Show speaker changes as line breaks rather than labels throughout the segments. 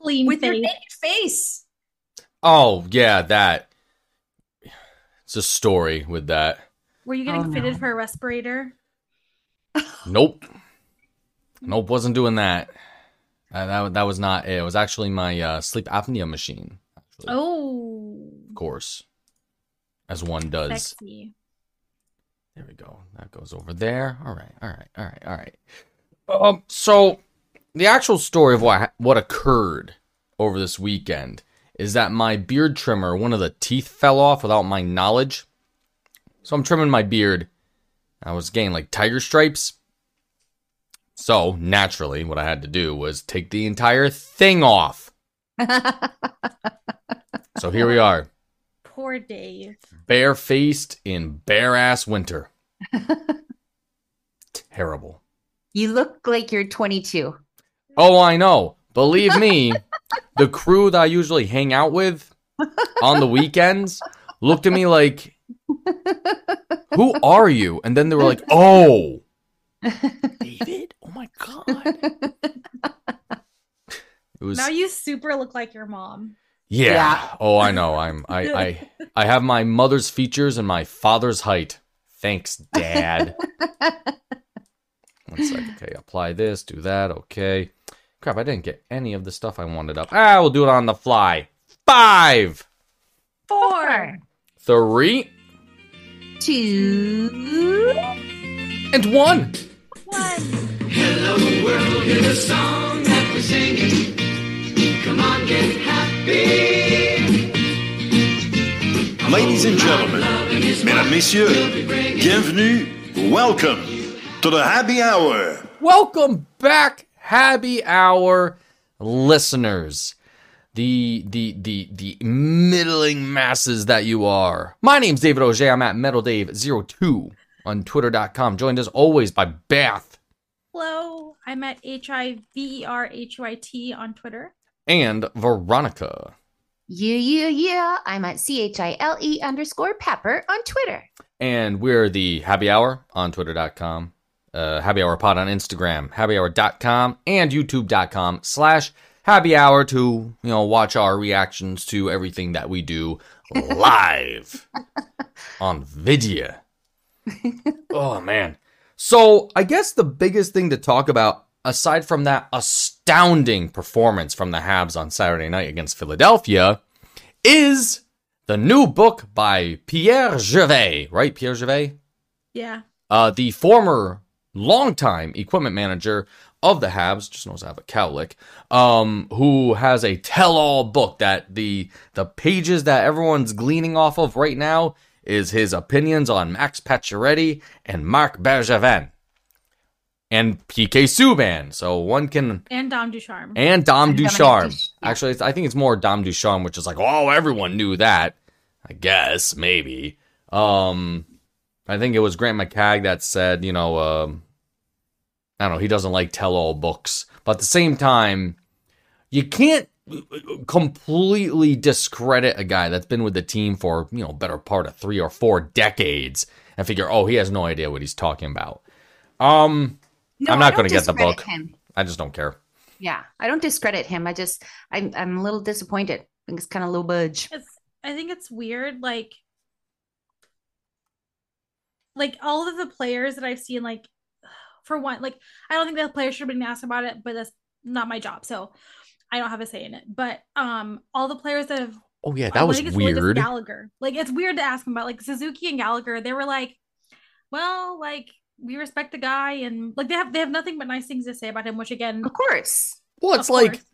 Clean
with your
face.
naked face.
Oh yeah, that. It's a story with that.
Were you
Oh,
getting
no.
fitted for a respirator?
Nope. Nope, wasn't doing that. Uh, That that, wa- that was not it. It was actually my uh, sleep apnea machine. Actually,
Oh,
of course, as one does.
sexy.
There we go. That goes over there. All right. All right. All right. All right. Um. So, the actual story of what what occurred over this weekend is that my beard trimmer, one of the teeth fell off without my knowledge. So I'm trimming my beard. I was getting like tiger stripes. So naturally, what I had to do was take the entire thing off. So here we are,
Poor Dave.
barefaced in bare ass winter. Terrible.
you look like you're 22.
Oh, I know. Believe me, the crew that I usually hang out with on the weekends looked at me like, Who are you? And then they were like, Oh, David? Oh my God. It was,
Now you super look like your mom.
yeah.
Yeah.
Oh, I know. I'm, I, I, I have my mother's features and my father's height. Thanks, Dad. One sec. Okay, apply this, do that. Okay. Crap, I didn't get any of the stuff I wanted up. Ah, we'll do it on the fly. Five,
Four.
three,
Two.
and one.
One.
Ladies and gentlemen, mesdames, messieurs, bienvenue, welcome to the happy hour.
Welcome back, Happy Hour listeners. The the the the middling masses that you are. My name's David Oger. I'm at MetalDave02 on Twitter.com. Joined as always by Bath
Hello. I'm at H I V E R H U I T on Twitter.
and Veronica.
Yeah, yeah, yeah. I'm at C H I L E underscore pepper on Twitter.
And we're the Happy Hour on Twitter.com, uh, Happy Hour Pod on Instagram, happyhour.com, and YouTube.com slash Happy Hour to, you know, watch our reactions to everything that we do live on video. oh, man. So I guess the biggest thing to talk about, aside from that astounding performance from the Habs on Saturday night against Philadelphia, is the new book by Pierre Gervais, right? Pierre Gervais,
Yeah.
uh, the former longtime equipment manager of the Habs, just knows I have a cowlick, um, who has a tell-all book that the the pages that everyone's gleaning off of right now is his opinions on Max Pacioretty and Marc Bergevin and PK Subban. So one can
And Dom Ducharme.
and Dom
Dominic
Ducharme.
Duch- yeah.
Actually, it's, I think it's more Dom Ducharme, which is like, oh, everyone knew that. I guess maybe. Um, I think it was Grant McCagg that said, you know, um, I don't know, he doesn't like tell-all books, but at the same time, you can't completely discredit a guy that's been with the team for you know better part of three or four decades and figure, oh, he has no idea what he's talking about. Um,
No,
I'm not
I don't
gonna get the
discredit
book.
him.
I just don't care.
Yeah, I don't discredit him. I just, I'm, I'm a little disappointed. I think it's kind of low budge.
it's I think it's weird, like like all of the players that I've seen, like for one, like I don't think the players should have been asked about it, but that's not my job. So I don't have a say in it. But um all the players that have
Oh yeah,
I
that was
think it's really just
weird.
Gallagher. Like it's weird to ask him about like Suzuki and Gallagher, they were like, Well, like we respect the guy and like they have they have nothing but nice things to say about him, which again
Of course.
Well,
of
it's like,
course.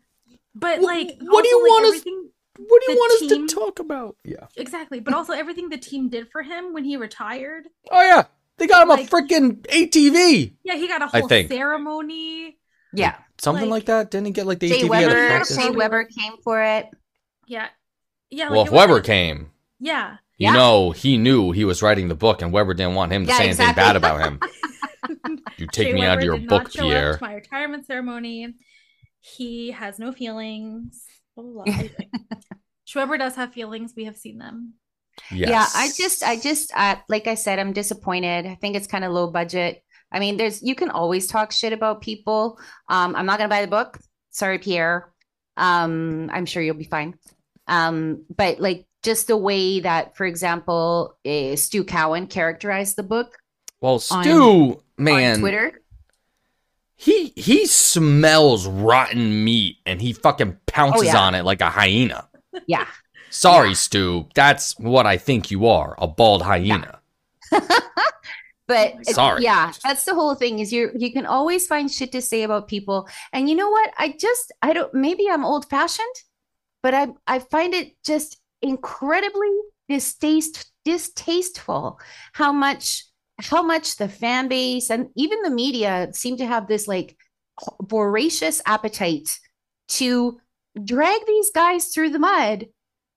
but
wh-
like
what do you
also, like,
want us-
everything-
what do you
the
want
team-
us to talk about? Yeah.
Exactly. But also everything the team did for him when he retired.
Oh yeah, they got him
Like-
a freaking ATV,
Yeah, he got a
I
whole
think.
ceremony.
Yeah.
something like,
Like-
that. Didn't he get like the
Jay
ATV at a
Weber,
practice?
Shea Weber came for it.
Yeah. Yeah.
well,
it
if
was
Weber
like-
came,
Yeah.
you
Yeah.
know, he knew he was writing the book, and Weber didn't want him to
Yeah,
say anything
exactly.
bad about him. you take
Jay
me out
Weber
of your
did not
book,
show up
Pierre.
to my retirement ceremony. He has no feelings. Blah, blah, blah. Anyway. Schweber does have feelings. We have seen them.
Yes.
Yeah, I just, I just, uh, like I said, I'm disappointed. I think it's kind of low budget. I mean, there's, you can always talk shit about people. Um, I'm not gonna buy the book. Sorry, Pierre. Um, I'm sure you'll be fine. Um, but like just the way that, for example, uh, Stu Cowan characterized the book
Well, Stu,
on
man,
Twitter.
he he smells rotten meat and he fucking pounces
Oh, yeah.
on it like a hyena.
Yeah.
Sorry, Stu, that's what I think you are—a bald hyena.
but
my
it's-
Sorry.
yeah that's the whole thing is you you can always find shit to say about people and you know what i just i don't maybe i'm old fashioned but i i find it just incredibly distaste distasteful how much how much the fan base and even the media seem to have this like voracious appetite to drag these guys through the mud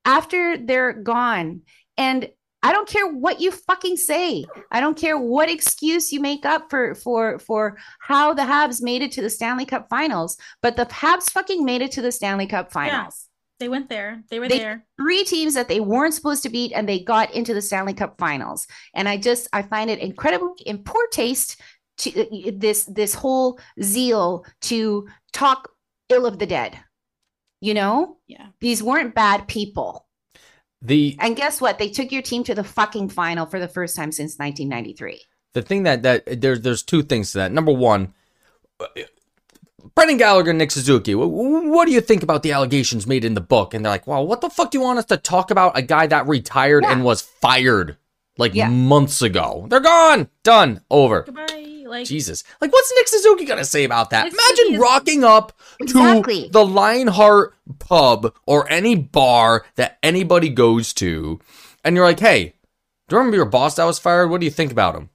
after they're gone and I don't care what you fucking say. I don't care what excuse you make up for for for how the Habs made it to the Stanley Cup Finals, but the Habs fucking made it to the Stanley Cup Finals.
They went there. They were
They-
there.
Three teams that they weren't supposed to beat and they got into the Stanley Cup Finals. And I just I find it incredibly in poor taste to uh, this this whole zeal to talk ill of the dead. You know?
Yeah.
These weren't bad people.
The
And guess what? They took your team to the fucking final for the first time since 1993.
the thing that that there's there's two things to that. Number one, uh, Brendan Gallagher, Nick Suzuki. wh- wh- What do you think about the allegations made in the book? And they're like, "Well, what the fuck do you want us to talk about? A guy that retired
Yeah.
and was fired like
Yeah.
months ago. They're gone, done, over."
Goodbye. Like
Jesus. Like, what's Nick Suzuki gonna say about that?
Nick Suzuki
Imagine
is-
rocking up to
Exactly.
the Lionheart pub or any bar that anybody goes to, and you're like, hey, do you remember your boss that was fired? What do you think about him?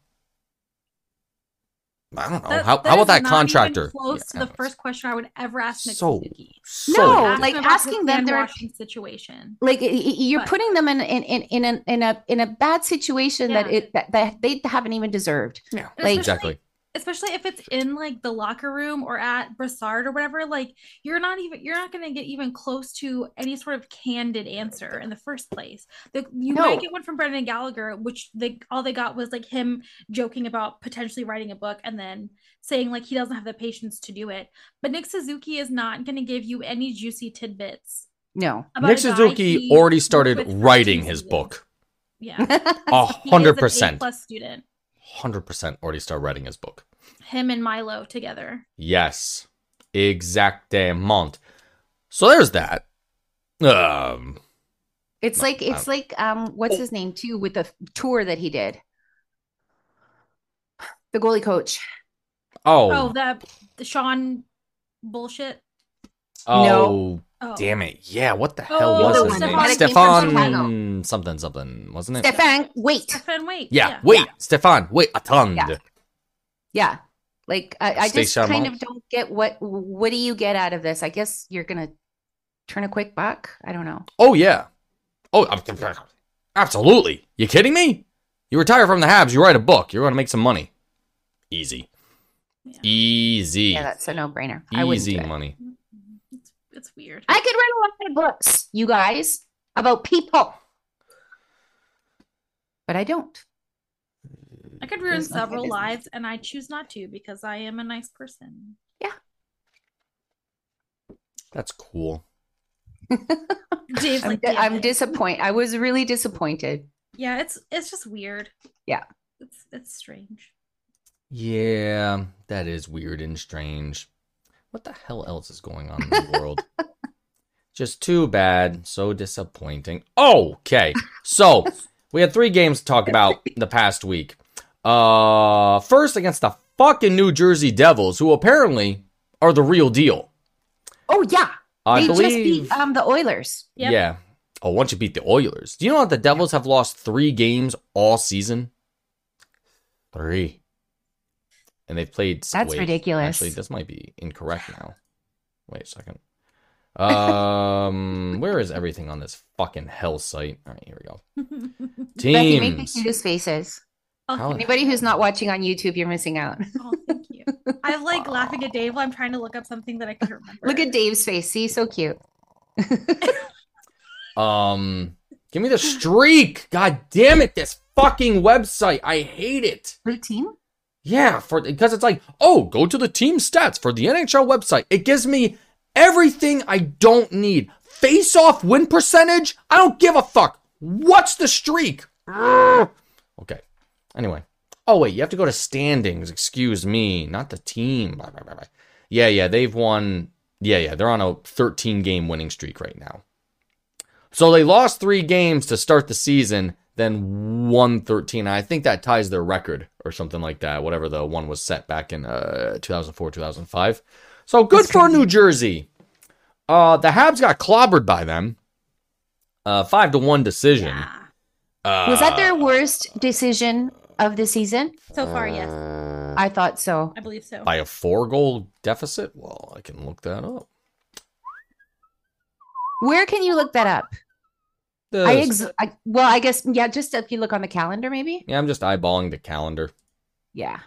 I don't know.
that-
Oh, how,
that
how about
is
that
not
contractor?
Even close
Yeah,
to the
I don't know.
first question I would ever ask Nick
So- Oh,
Suzuki.
So
No,
ridiculous.
like,
Ask him about
asking
his
them their-
hand-washing situation.
Like y- y- you're
But-
putting them in in in in a in a, in a bad situation that
Yeah.
it that, that they haven't even deserved.
yeah,
Like-
exactly.
especially if it's in like the locker room or at Brassard or whatever, like you're not even you're not gonna get even close to any sort of candid answer in the first place. The, you
No.
might get one from Brendan Gallagher, which they all they got was like him joking about potentially writing a book and then saying like he doesn't have the patience to do it. But Nick Suzuki is not gonna give you any juicy tidbits.
No.
About
Nick
a guy
Suzuki
he
already
worked
started
with for two
writing his
seasons.
book.
Yeah,
A
He is an
hundred percent.
A-plus student.
Hundred percent already started writing his book.
Him and Milo together.
Yes, exactement. So there's that. Um,
it's like it's like um what's his name too with the tour that he did. The goalie coach.
Oh,
oh,
the, the Sean bullshit.
oh,
no.
Oh,
damn it. Yeah, what the
Oh,
hell
the
was
one that
his name?
came from
Stefan
Chicago.
something something, wasn't it?
Stefan, wait.
Stefan, wait.
yeah, wait, Stefan, wait, attend.
Yeah. Yeah. Like I, I
Stay
just kind
charmant.
of don't get what what do you get out of this? I guess you're gonna turn a quick buck. I don't know.
Oh yeah. Oh, I'm- absolutely. You kidding me? You retire from the Habs, you write a book, you're going to make some money. Easy.
Yeah.
Easy.
Yeah, that's a no brainer. I wouldn't do
Easy
it.
money.
It's, it's weird.
I could write a lot of books, you guys, about people. But I don't.
I could ruin
It's not my
several
business.
lives, and I choose not to because I am a nice person.
That's cool.
Dave's
I'm,
like,
di-
"Damn
I'm
it."
disappointed. I was really disappointed.
Yeah, it's it's just weird.
Yeah.
it's it's strange.
Yeah, that is weird and strange. What the hell else is going on in the world? Just too bad. So disappointing. Okay. So we had three games to talk about the past week. Uh first against the fucking New Jersey Devils, who apparently are the real deal.
Oh yeah,
I
they
believe
just beat um, the Oilers.
Yep.
Yeah. Oh, once you beat the Oilers. Do you know that the Devils have lost three games all season? Three. And they've played.
That's
wait,
ridiculous.
Actually, this might be incorrect now. Wait a second. Um, where is everything on this fucking hell site? All right, here we go.
Becky, make the
Teams.
cutest faces.
oh,
How-
thank
Anybody who's not watching on YouTube, you're missing out.
you. Oh, thank you. I'm like laughing at Dave while I'm trying to look up something that I couldn't remember.
Look at Dave's face. See, so cute.
Um, give me the streak. God damn it! This fucking website. I hate it.
Routine.
Yeah, for because it's like, oh, go to the team stats for the NHL website. It gives me Everything I don't need. Face off win percentage? I don't give a fuck. What's the streak? Grr. Okay. Anyway. Oh, wait. You have to go to standings. Excuse me. Not the team. Blah, blah, blah, blah. Yeah, yeah. They've won. Yeah, yeah. They're on a 13 game winning streak right now. So they lost three games to start the season, then won 13. I think that ties their record or something like that, whatever the one was set back in uh, 2004, 2005. So good for New Jersey. Uh, the Habs got clobbered by them. Uh, five to one decision. Uh,
Was that their worst decision of the season?
So far, yes.
Uh,
I thought so.
I believe so.
by a four goal deficit? Well, I can look that up.
Where can you look that up?
The-
I, ex- I well, I guess yeah. Just if you look on the calendar, maybe.
yeah, I'm just eyeballing the calendar.
Yeah.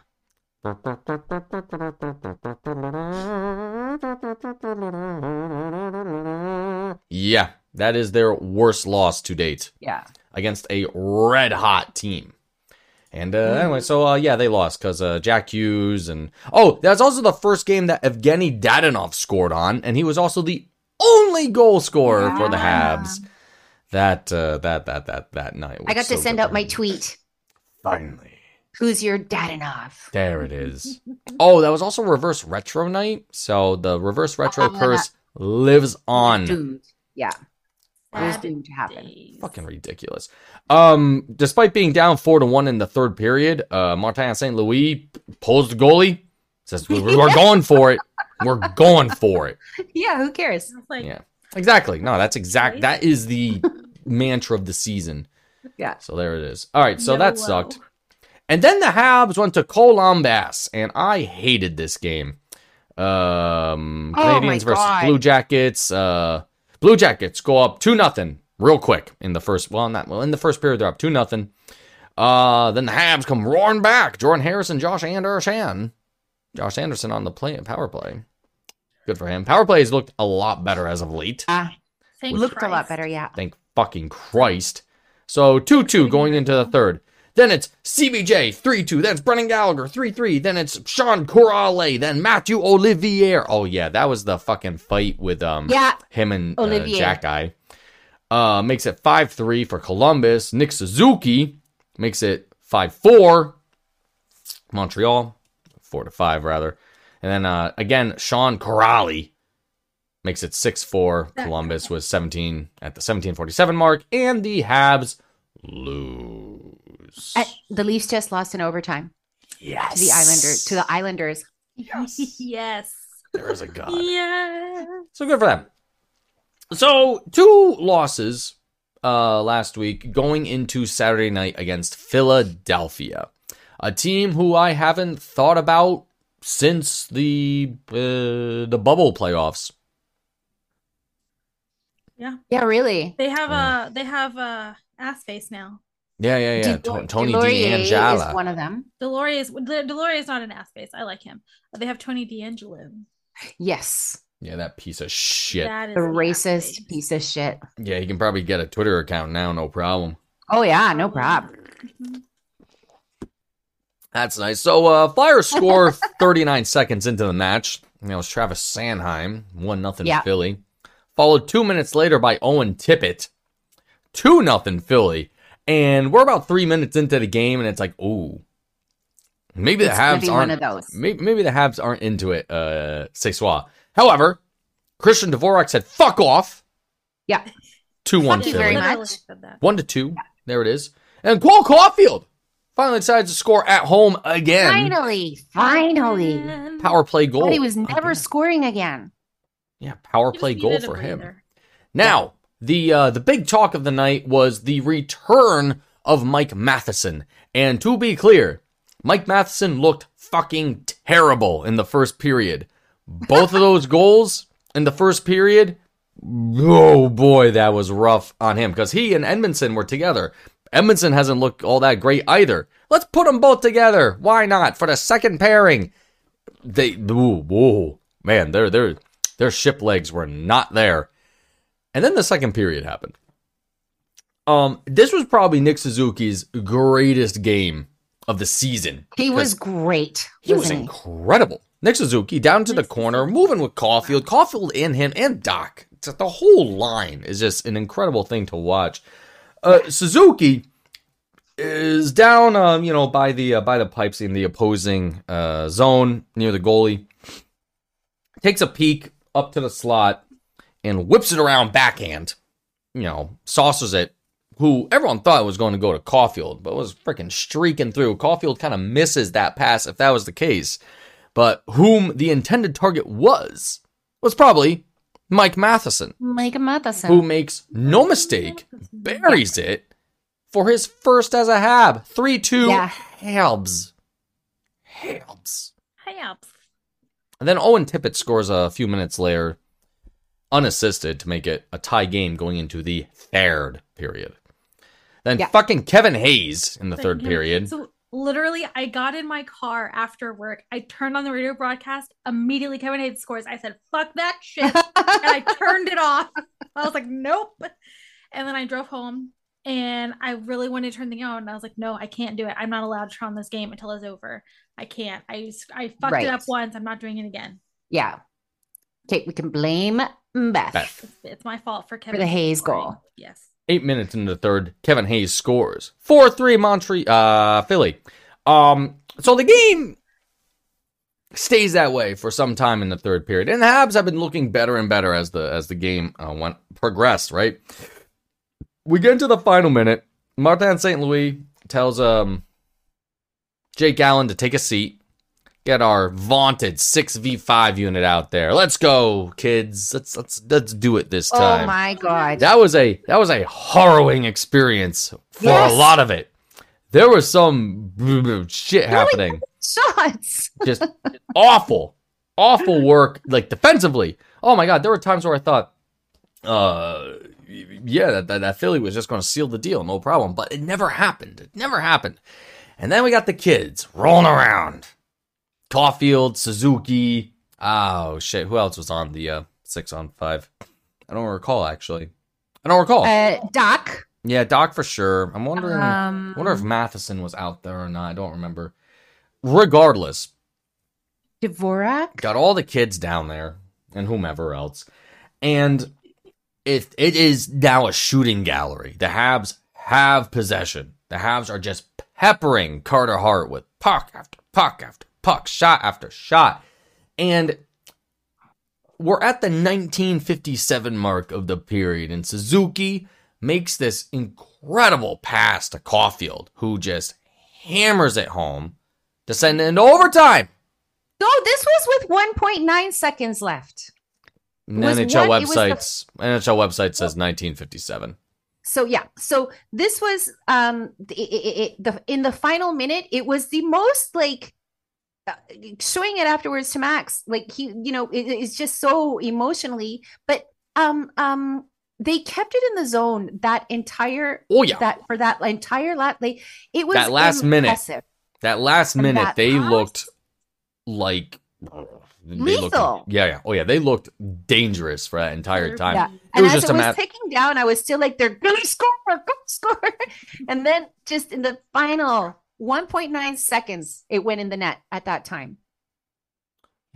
Yeah, that is their worst loss to date.
Yeah.
against a red hot team. And uh,
Hmm.
anyway, so uh, yeah, they lost because uh, Jack Hughes and oh, that's also the first game that Evgeny Dadanov scored on, and he was also the only goal scorer for the
Yeah.
Habs that uh, that that that that night.
I
was
got to
so
send
good
out
for
my
him.
tweet.
Finally,
Who's your Dadanov?
there it is. oh, that was also reverse retro night, so the reverse retro
Ah.
curse lives on.
Dude. Yeah. It was
Sad
doomed to happen.
days.
Fucking ridiculous. Um, despite being down four to one in the third period, uh, Martin St. Louis pulls the goalie, says, "We- "We're going for it. We're going for it."
Yeah. Who cares?
I was like,
Yeah, exactly. No, that's exact. That is the mantra of the season.
Yeah. uh,
So there it is. All right. So that
YOLO.
sucked. And then the Habs went to Columbus, and I hated this game. Um,
Oh my
Canadians versus
God.
Blue Jackets. Uh, Blue Jackets go up two nothing real quick in the first. Well, not well in the first period they're up two nothing. Uh, then the Habs come roaring back. Jordan Harrison, Josh Anderson, Josh Anderson on the play power play. Good for him. Power play has looked a lot better as of late.
Uh,
thank
looked a lot
Christ.
better. Yeah.
Thank fucking Christ. So 2 2 going into the third. Then it's CBJ 3 2. Then it's Brennan Gallagher 3 3. Then it's Sean Corrale. Then Matthew Olivier. Oh, yeah. That was the fucking fight with um
Yeah.
him and uh,
Olivier.
Jack Eye. Uh, makes it 5 3 for Columbus. Nick Suzuki makes it 5 4. Montreal, 4 to 5, rather. And then uh, again, Sean Corrali makes it 6 4. Columbus was 17 at the 1747 mark. And the Habs lose.
Uh, the Leafs just lost in overtime
yes.
to the Islanders. To the Islanders.
yes.
There is a God.
Yeah.
So good for them. So two losses uh, last week going into Saturday night against Philadelphia, a team who I haven't thought about since the uh, the bubble playoffs.
Yeah. Really.
They have
Yeah.
a they have a ass face now.
Yeah, yeah, yeah.
Del-
To- Tony
Delorier is
DiAngela.
one of them.
Deloria's Del- Deloria's not an ass face. I like him. They have Tony D'Angelo.
Yes.
Yeah, that piece of shit.
That is
The
an
racist
ass face.
piece of shit.
Yeah, he can probably get a Twitter account now, no problem.
Oh yeah, no problem.
Mhm.
That's nice. So uh Flyers score 39 seconds into the match. You know, it was Travis Sanheim, one nothing
Yeah.
Philly. Followed two minutes later by Owen Tippett, two nothing Philly. And we're about three minutes into the game, and it's like, ooh, maybe the
It's gonna be
Habs
one
aren't
of those.
Maybe, maybe the Habs aren't into it, uh, say soi. However, Christian Dvorak said, fuck off.
Yeah.
2 1
Thank you
Philly.
very
Literally
much.
said that.
One to two. There it is. And Cole Caulfield finally decides to score at home again.
Finally, finally.
And
Power play goal.
But he was never scoring again.
yeah, power
he
play
just
goal
needed a
for him.
breather.
Now, the uh, the big talk of the night was the return of Mike Matheson. And to be clear, Mike Matheson looked fucking terrible in the first period. Both of those goals in the first period, oh boy, that was rough on him because he and Edmondson were together. Edmondson hasn't looked all that great either. Let's put them both together. Why not for the second pairing? They, ooh, whoa, man, their their their ship legs were not there. And then the second period happened. Um, this was probably Nick Suzuki's greatest game of the season.
He was
'Cause
great.
he was
wasn't
incredible. Nick Suzuki down to the
Nick
corner,
Suzuki.
moving with Caulfield. Caulfield in him and Doc. It's like the whole line is just an incredible thing to watch. Uh, Suzuki is down, um, you know, by the uh, by the pipes in the opposing uh, zone near the goalie. Takes a peek up to the slot and whips it around backhand. You know, saucers it. Who everyone thought was going to go to Caulfield, but was freaking streaking through. Caulfield kind of misses that pass if that was the case but whom the intended target was was probably Mike Matheson,
Mike Matheson.
who makes no mistake, buries it for his first as a Hab. 3 2
Yeah.
Habs. Habs.
Hey, ups.
And then Owen Tippett scores a few minutes later, unassisted, to make it a tie game going into the third period. Then
Yeah.
fucking Kevin Hayes in the
But,
third
you know,
period.
So literally, I got in my car after work. I turned on the radio broadcast. Immediately, Kevin Hayes scores. I said, "Fuck that shit," and I turned it off. I was like, "Nope." And then I drove home, and I really wanted to turn the game on. And I was like, "No, I can't do it. I'm not allowed to turn on this game until it's over. I can't. I I fucked
Right.
it up once. I'm not doing it again.
yeah. Okay, we can blame Beth,
Beth.
It's, it's my fault for
for
Kevin
the
Hayes
Hayes
scoring."
goal.
Yes.
Eight minutes into the third, Kevin Hayes scores. 4 3 Montreal, uh, Philly. Um, so the game stays that way for some time in the third period. And the Habs have been looking better and better as the as the game uh, went progressed, right? We get into the final minute. Martin St. Louis tells um Jake Allen to take a seat. Get our vaunted 6v5 unit out there. Let's go, kids. Let's let's let's do it this time.
Oh my god.
That was a that was a harrowing experience for
Yes.
a lot of it. There was some shit happening.
Shots.
Just awful, awful work like defensively. Oh my god, there were times where I thought uh yeah, that, that, that Philly was just going to seal the deal, no problem, but it never happened. It never happened. And then we got the kids rolling around. Caulfield, Suzuki. Oh shit, who else was on the uh 6 on 5? I don't recall actually. I don't recall.
Uh, Doc.
Yeah, Doc for sure. I'm wondering.
Um,
Oh. wonder if Matheson was out there or not. I don't remember. Regardless,
Dvorak.
got all the kids down there and whomever else, and it it is now a shooting gallery. The Habs have possession. The Habs are just peppering Carter Hart with puck after puck after puck, shot after shot, and we're at the 1957 mark of the period, and Suzuki makes this incredible pass to Caulfield, who just hammers it home to send it into overtime.
Oh, this was with 1.9 seconds left. was
NHL
one- it was the-
websites NHL website says 1957.
So yeah, so this was um it, it, it, the in the final minute, it was the most like uh, showing it afterwards to Max. Like he, you know, it, it's just so emotionally. But um um they kept it in the zone that entire
Oh yeah, that,
that for that entire lot. Like it was
That last minute.
impressive.
last
And
minute
that
they
pass-
looked like they looked,
Lethal.
yeah, yeah. Oh yeah, they looked dangerous for that entire time.
Yeah.
It
And
was
as
just
it
a
was
mat-
ticking down, I was still like, they're gonna score, gonna score. And then just in the final 1.9 seconds, it went in the net at that time.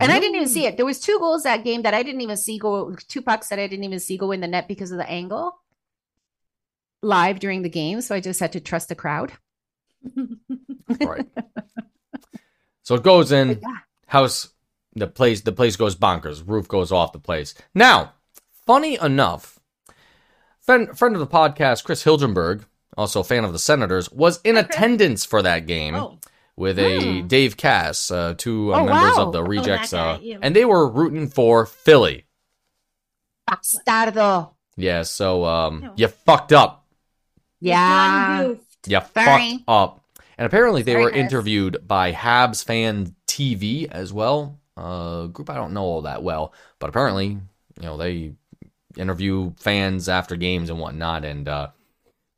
And I didn't even see it. There was two goals that game that I didn't even see go two pucks that I didn't even see go in the net because of the angle live during the game. So I just had to trust the crowd.
right. So it goes in
But yeah.
house. The place the place goes bonkers. Roof goes off the place. Now, funny enough, friend friend of the podcast Chris Hilgenberg, also a fan of the Senators, was in
Hi, Chris.
attendance for that game.
Oh,
with a
Hmm.
Dave Cass, uh, two uh,
Oh,
members
wow.
of the Rejects,
that guy,
uh,
ew.
and they were rooting for Philly.
Bastardo.
Yeah, so um,
Oh.
Ew.
you fucked up.
you
Yeah.
done goofed.
You
Sorry.
fucked up. And apparently, they
Sorry,
were
Chris.
interviewed by Habs Fan TV as well, a group I don't know all that well, but apparently, you know, they interview fans after games and whatnot. And uh,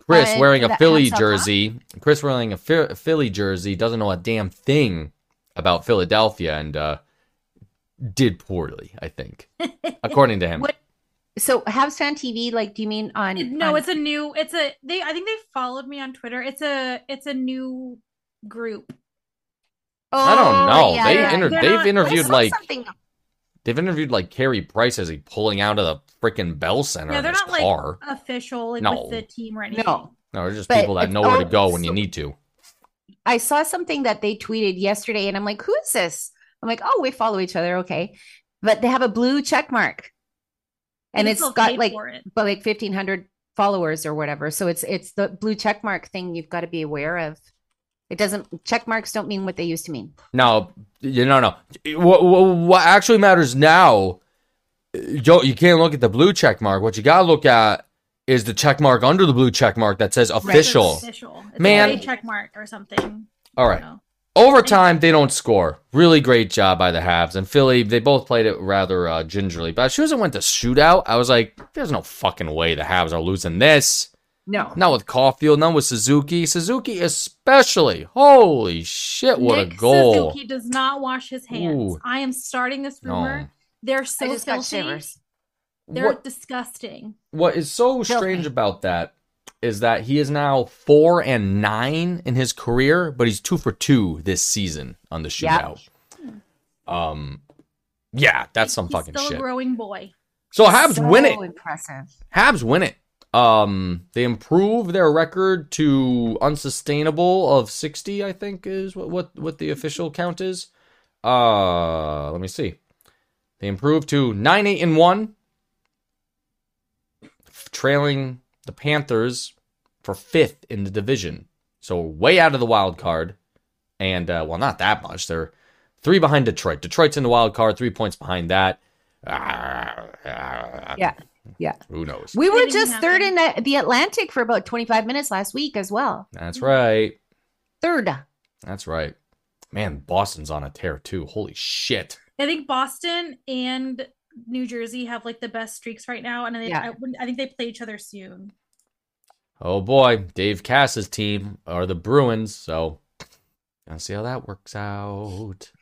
Chris
Uh,
wearing a
that
Philly
hats off, huh?
jersey, Chris wearing a Phil- Philly jersey doesn't know a damn thing about Philadelphia and uh, did poorly, I think, according to him.
What- So Habs fan TV, like, do you mean on?
no
on-
it's a new it's a they i think they followed me on twitter it's a it's a new group
Oh,
I don't know. They inter-
They're
they've
not- I
interviewed,
saw
like-
something.
They've interviewed like Carrie Price as he pulling out of the freaking Bell Center
Yeah,
in
they're
his
not, like-
car.
official like,
No.
with the team or anything.
No,
no, they're just
but
people that
it's
know where to
all-
go when you
so-
need to.
I saw something that they tweeted yesterday, and I'm like, "Who is this?" I'm like, "Oh, we follow each other, okay." But they have a blue check mark, and
They
it's
still
got
paid
like,
for it.
but like 1,500 followers or whatever. So it's it's the blue check mark thing you've got to be aware of. It doesn't check marks don't mean what they used to mean.
No, you no no. What, what, what actually matters now? uh, You you can't look at the blue check mark. What you gotta look at is the check mark under the blue check mark that says
It's
official.
official. It's
Man.
a gray check mark or something.
All
you
right.
know.
Overtime, they don't score. Really great job by the Habs and Philly. They both played it rather uh, gingerly. But as soon as it went to shootout, I was like, "There's no fucking way the Habs are losing this."
No,
Not with Caulfield, not with Suzuki. Suzuki especially. Holy shit! What a
Nick
goal!
Suzuki does not wash his hands.
Ooh.
I am starting this
No.
rumor. They're
I
so
just got
filthy.
shivers.
They're
What-
disgusting.
What is so
Filthy.
strange about that is that he is now four and nine in his career, but he's two for two this season on the
Yep.
shootout. Um, yeah, that's some
He's
fucking
still
shit.
a growing boy.
So Habs
So
win it.
Impressive.
Habs win it. Um, they improve their record to unsustainable of sixty. I think is what what what the official count is. Uh, let me see. They improve to nine eight and one, trailing the Panthers for fifth in the division. So way out of the wild card, and uh, well, not that much. They're three behind Detroit. Detroit's in the wild card, three points behind that. Ah, Yeah,
yeah.
Who knows?
We were
Didn't
just
happen.
third in the, the Atlantic for about 25 minutes last week as well.
That's right.
Third.
That's right. Man, Boston's on a tear too. Holy shit.
I think Boston and New Jersey have like the best streaks right now, and they,
Yeah.
I, wouldn't- I think they play each other soon.
Oh boy, Dave Cass's team are the Bruins, so I'll see how that works out.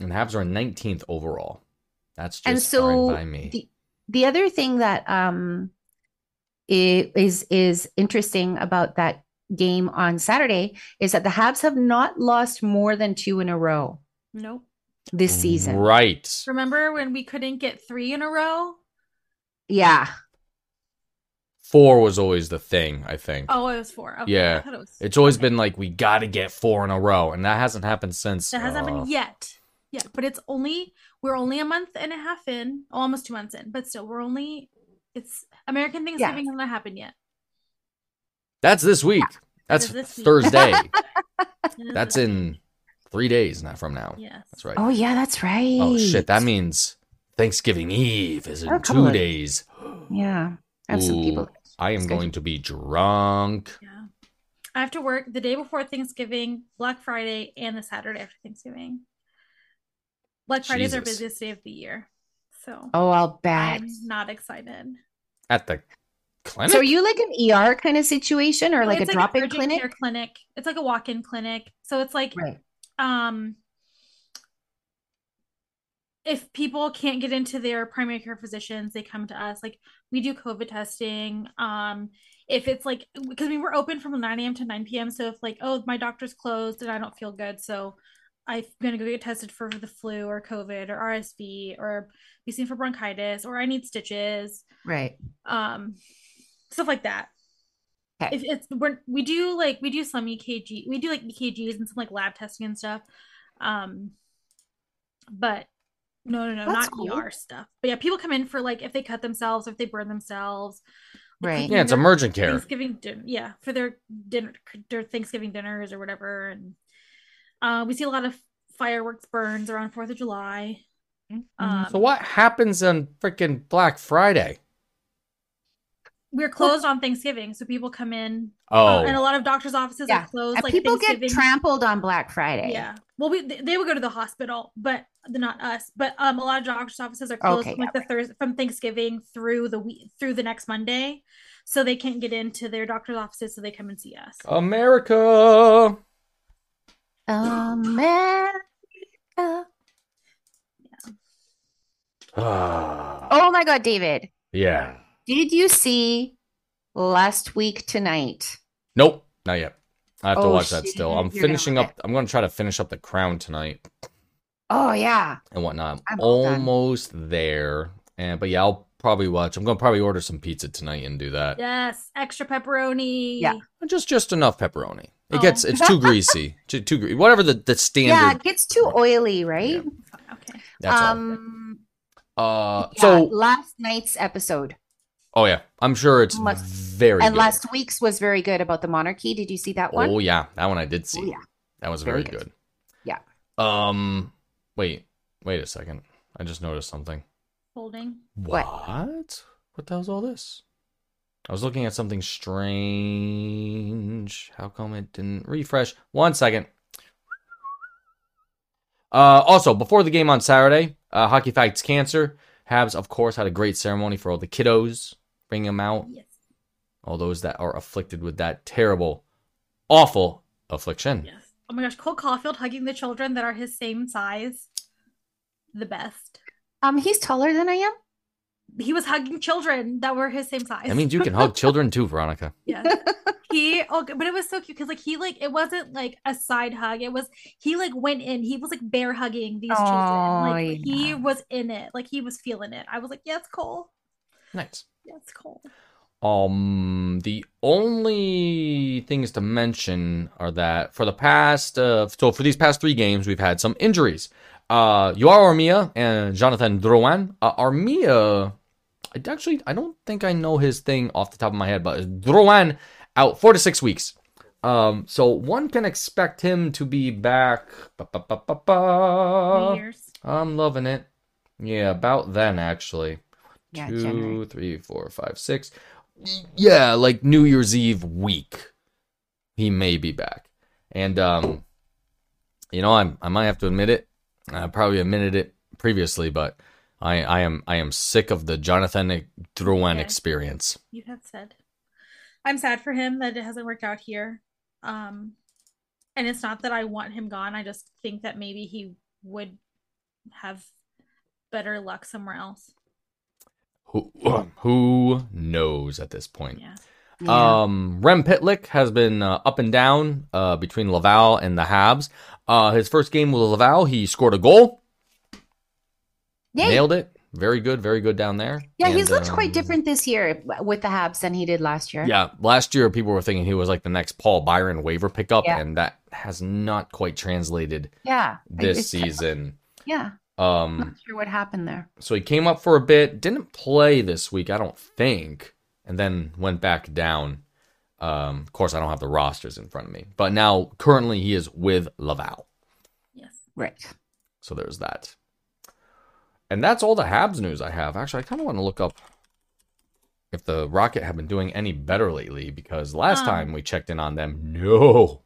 And the Habs are in 19th overall. That's just
and so
fine by me.
the, the other thing that um i- is is interesting about that game on Saturday is that the Habs have not lost more than two in a row
Nope.
this season.
Right.
Remember when we couldn't get three in a row?
Yeah.
Four was always the thing, I think.
Oh, it was four. Okay.
Yeah.
I thought it was.
It's always been like we gotta get four in a row, and that hasn't happened since.
That hasn't
uh,
happened yet. Yeah, but it's only we're only a month and a half in, oh, almost two months in, but still we're only it's American Thanksgiving hasn't happened yet.
That's this week. That's
is this week.
Thursday.
It is
That's
this-
in three days, not from now.
Yes.
That's right.
Oh yeah, that's right.
Oh shit, that means Thanksgiving Eve is in
Oh,
two
come on.
days.
Yeah. I have some
Ooh,
people.
I am
Schedule.
going to be drunk.
Yeah. I have to work the day before Thanksgiving, Black Friday, and the Saturday after Thanksgiving. Black Friday's our
Jesus.
busiest day of the year. So
Oh, I'll bet.
I'm not excited.
At the clinic?
So are you like an ER kind of situation or
No,
like a
it's an
drop-in
urgent
clinic?
care clinic. It's like a walk-in clinic. So it's like
Right.
um if people can't get into their primary care physicians they come to us like we do covid testing um if it's like because we were open from 9 a.m to 9 p.m so if like oh my doctor's closed and i don't feel good so i'm gonna go get tested for the flu or covid or rsv or be seen for bronchitis or i need stitches
Right.
um stuff like that
Okay.
if it's we're, we do like we do some ekg we do like ekgs and some like lab testing and stuff um but no no no not
That's cool.
er stuff but yeah people come in for like if they cut themselves or if they burn themselves like,
Right.
cooking
yeah, it's
their
emergent care.
thanksgiving dinner yeah for their dinner their thanksgiving dinners or whatever and uh we see a lot of fireworks burns around fourth of july
Mm-hmm.
um
So what happens on freaking Black Friday?
we're closed on thanksgiving so people come in Uh, and a
Oh,
lot of doctors' offices
Yeah.
are closed.
And
like
people get
Thanksgiving.
trampled on Black Friday.
Yeah. Well, we they they would go to the hospital, but not us. But um, a lot of doctors' offices are closed
Okay,
from, like the Thursday from Thanksgiving through the week through the next Monday, so they can't get into their doctor's offices, so they come and see us.
America.
America. Oh
Ah,
Oh my God, David.
yeah.
Did you see last week tonight?
Nope, not yet. I have to
Oh,
watch that
shit,
still. I'm
you're gonna
finishing
love
up. I'm going to try to finish up The Crown tonight
Oh yeah.
and whatnot.
I'm
I'm
all done.
almost there. And but yeah, I'll probably watch. I'm going to probably order some pizza tonight and do that.
Yes, extra pepperoni.
Yeah.
Just just enough pepperoni. It
Oh.
gets it's too greasy. Too, too gre- whatever the the
Yeah, it
standard.
gets too oily, right?
Okay.
that's
um
all. Uh,
yeah,
so
last night's episode
oh yeah, I'm sure it's
Must-
very
and
good.
last week's was very good about the monarchy. Did you see that one?
Oh yeah, that one I did see.
Oh, yeah.
That was very,
Very
good.
good. Yeah.
Um. Wait. Wait a second. I just noticed something.
Holding.
What?
What? What the hell's all this? I was looking at something strange. How come it didn't refresh? One second. Uh, also, before the game on Saturday, uh, Hockey Facts Cancer. Habs, of course, had a great ceremony for all the kiddos, bringing them out.
Yes.
All those that are afflicted with that terrible, awful affliction.
Yes. Oh my gosh, Cole Caulfield hugging the children that are his same size. The best.
Um, he's taller than I am.
He was hugging children that were his same size.
That means you can hug children too, Veronica.
Yeah. he oh, but it was so cute because like he like it wasn't like a side hug. It was he like went in. He was like bear hugging these children. Like
Oh,
he was in it. Like he was feeling it. I was like, yes, Cole.
Nice.
Yes, Cole.
Um, the only things to mention are that for the past, uh, so for these past three games, we've had some injuries. Uh, Yoar Armia and Jonathan Drouin. Uh, Armia, I actually, I don't think I know his thing off the top of my head, but Drouin out four to six weeks. Um, so one can expect him to be back. ba, ba, ba, ba, ba.
New Year's.
I'm loving it. Yeah, about then actually.
Yeah,
Two,
January.
three, four, five, six. Yeah, like New Year's Eve week. He may be back. And um you know, I'm I might have to admit it. I probably admitted it previously, but I, I am I am sick of the Jonathan Drouin
Yeah.
experience.
You have said. I'm sad for him that it hasn't worked out here. Um and it's not that I want him gone. I just think that maybe he would have better luck somewhere else.
Who who knows at this point?
Yeah.
Yeah.
Um, Rem Pitlick has been uh, up and down uh, between Laval and the Habs. Uh, his first game with Laval, he scored a goal,
Yay.
nailed it. Very good, very good down there.
yeah,
And,
he's looked
um,
quite different this year with the Habs than he did last year.
Yeah, last year people were thinking he was like the next Paul Byron waiver pickup,
Yeah.
and that has not quite translated
Yeah.
this
It's-
season.
Yeah.
Um,
Not sure what happened there.
So he came up for a bit, didn't play this week, I don't think, and then went back down. Um, of course, I don't have the rosters in front of me, but now currently he is with Laval.
Yes.
Right.
So there's that. And that's all the Habs news I have. Actually, I kind of want to look up if the Rocket have been doing any better lately because last
Um,
time we checked in on them, no,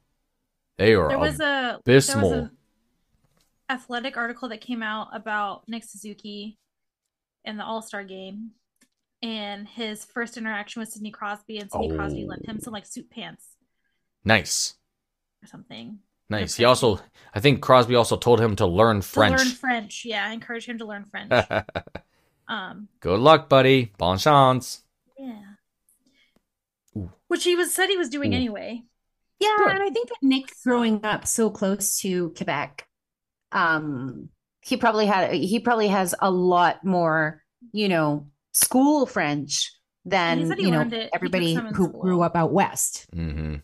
they are
There was
ab-
a
abysmal.
There was a athletic article that came out about Nick Suzuki in the All Star game, and his first interaction with Sidney Crosby, and Sidney Crosby
Oh.
lent him some like suit pants
nice,
or something.
nice.
Okay.
He also, I think Crosby also told him to learn French.
To learn French, yeah, I encourage him to learn French. um,
Good luck, buddy. Bon chance.
yeah.
Ooh.
Which he was said he was doing
Ooh.
anyway.
Yeah,
Good.
and I think that Nick growing up so close to Quebec, um, he probably had he probably has a lot more, you know, school French
he
than,
said he
you know,
learned it. He took
everybody
some in
who
school.
grew up out west.
Mm-hmm.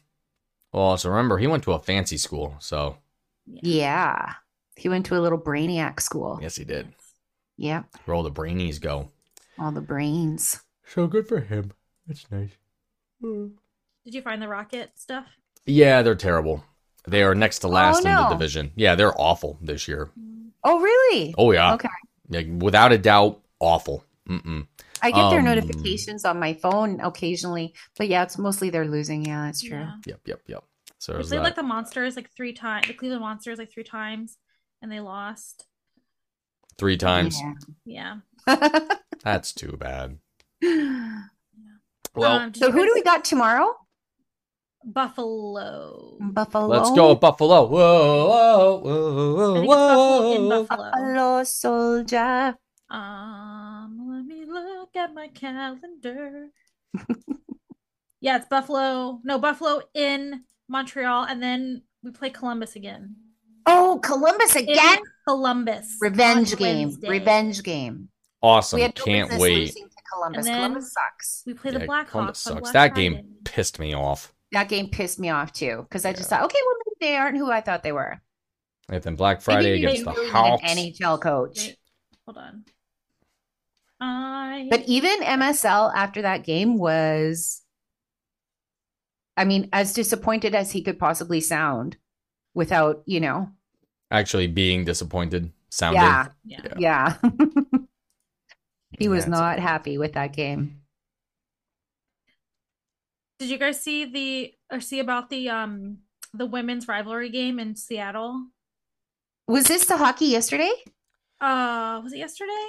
Well, also remember he went to a fancy school, so
Yeah. He went to a little brainiac school.
yes, he did.
Yeah,
Where all the brainies go.
all the brains.
So good for him. That's nice.
Did you find the rocket stuff?
Yeah, they're terrible. They are next
Oh,
to last in the
no.
division. Yeah, they're awful this year.
Mm,
Oh, really?
Oh yeah.
Okay.
Like without a doubt, awful. Mm-mm.
I get their
Um,
notifications on my phone occasionally, but yeah, it's mostly they're losing. Yeah, that's true.
Yeah.
Yep, yep, yep. So
They
there's
played
that.
like the monsters like three times, the Cleveland monsters like three times, and they lost.
three times.
Yeah.
That's too bad.
Yeah.
Well,
Um, did
So
you
who
guys-
do we got tomorrow?
Buffalo.
Buffalo.
let's go Buffalo. Whoa, whoa, whoa,
I
whoa,
think it's Buffalo in
whoa.
Buffalo.
Buffalo soldier.
Um, let me look at my calendar. yeah, it's Buffalo. No, Buffalo in Montreal, and then we play Columbus again.
Oh, Columbus
In
again.
Columbus.
Revenge
on
game.
Wednesday.
Revenge game.
Awesome.
we had no
Can't
business
wait.
losing to Columbus.
And then-
Columbus sucks.
We play
Yeah,
the Blackhawks.
Columbus
on
sucks.
Black
That game
Friday.
pissed me off.
That game pissed me off too because I just
Yeah.
thought, okay, well maybe they aren't who I thought they were.
And then Black
Maybe
Friday
they
against the
really need
Hawks.
An NHL coach.
Wait, hold on. I
But e- even MSL after that game was, I mean, as disappointed as he could possibly sound without, you know,
Actually being disappointed. Sounded.
yeah,
yeah.
yeah. he was
That's-
not happy with that game.
Did you guys see the or see about the um the women's rivalry game in Seattle?
Was this the hockey yesterday?
Uh, was it yesterday?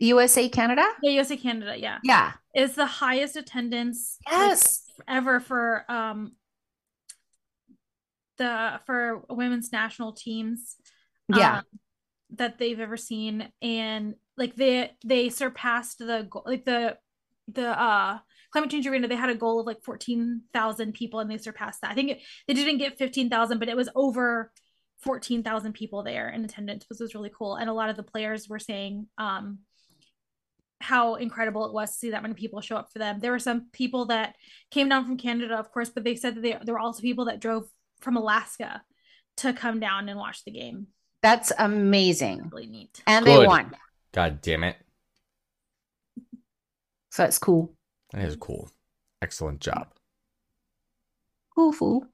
USA Canada?
Yeah, USA Canada. Yeah,
Yeah.
is the highest attendance like,
Yes.
ever for um the for women's national teams.
Yeah.
um, that they've ever seen and like they they surpassed the go- like the the uh climate change arena they had a goal of like 14,000 people and they surpassed that. I think it, they didn't get 15,000 but it was over 14,000 people there in attendance which was really cool and a lot of the players were saying um how incredible it was to see that many people show up for them. There were some people that came down from Canada of course but they said that they, there were also people that drove from Alaska to come down and watch the game
That's amazing.
really neat.
And they
Good.
won.
God damn it.
So that's cool.
That is cool. Excellent job.
Cool fool.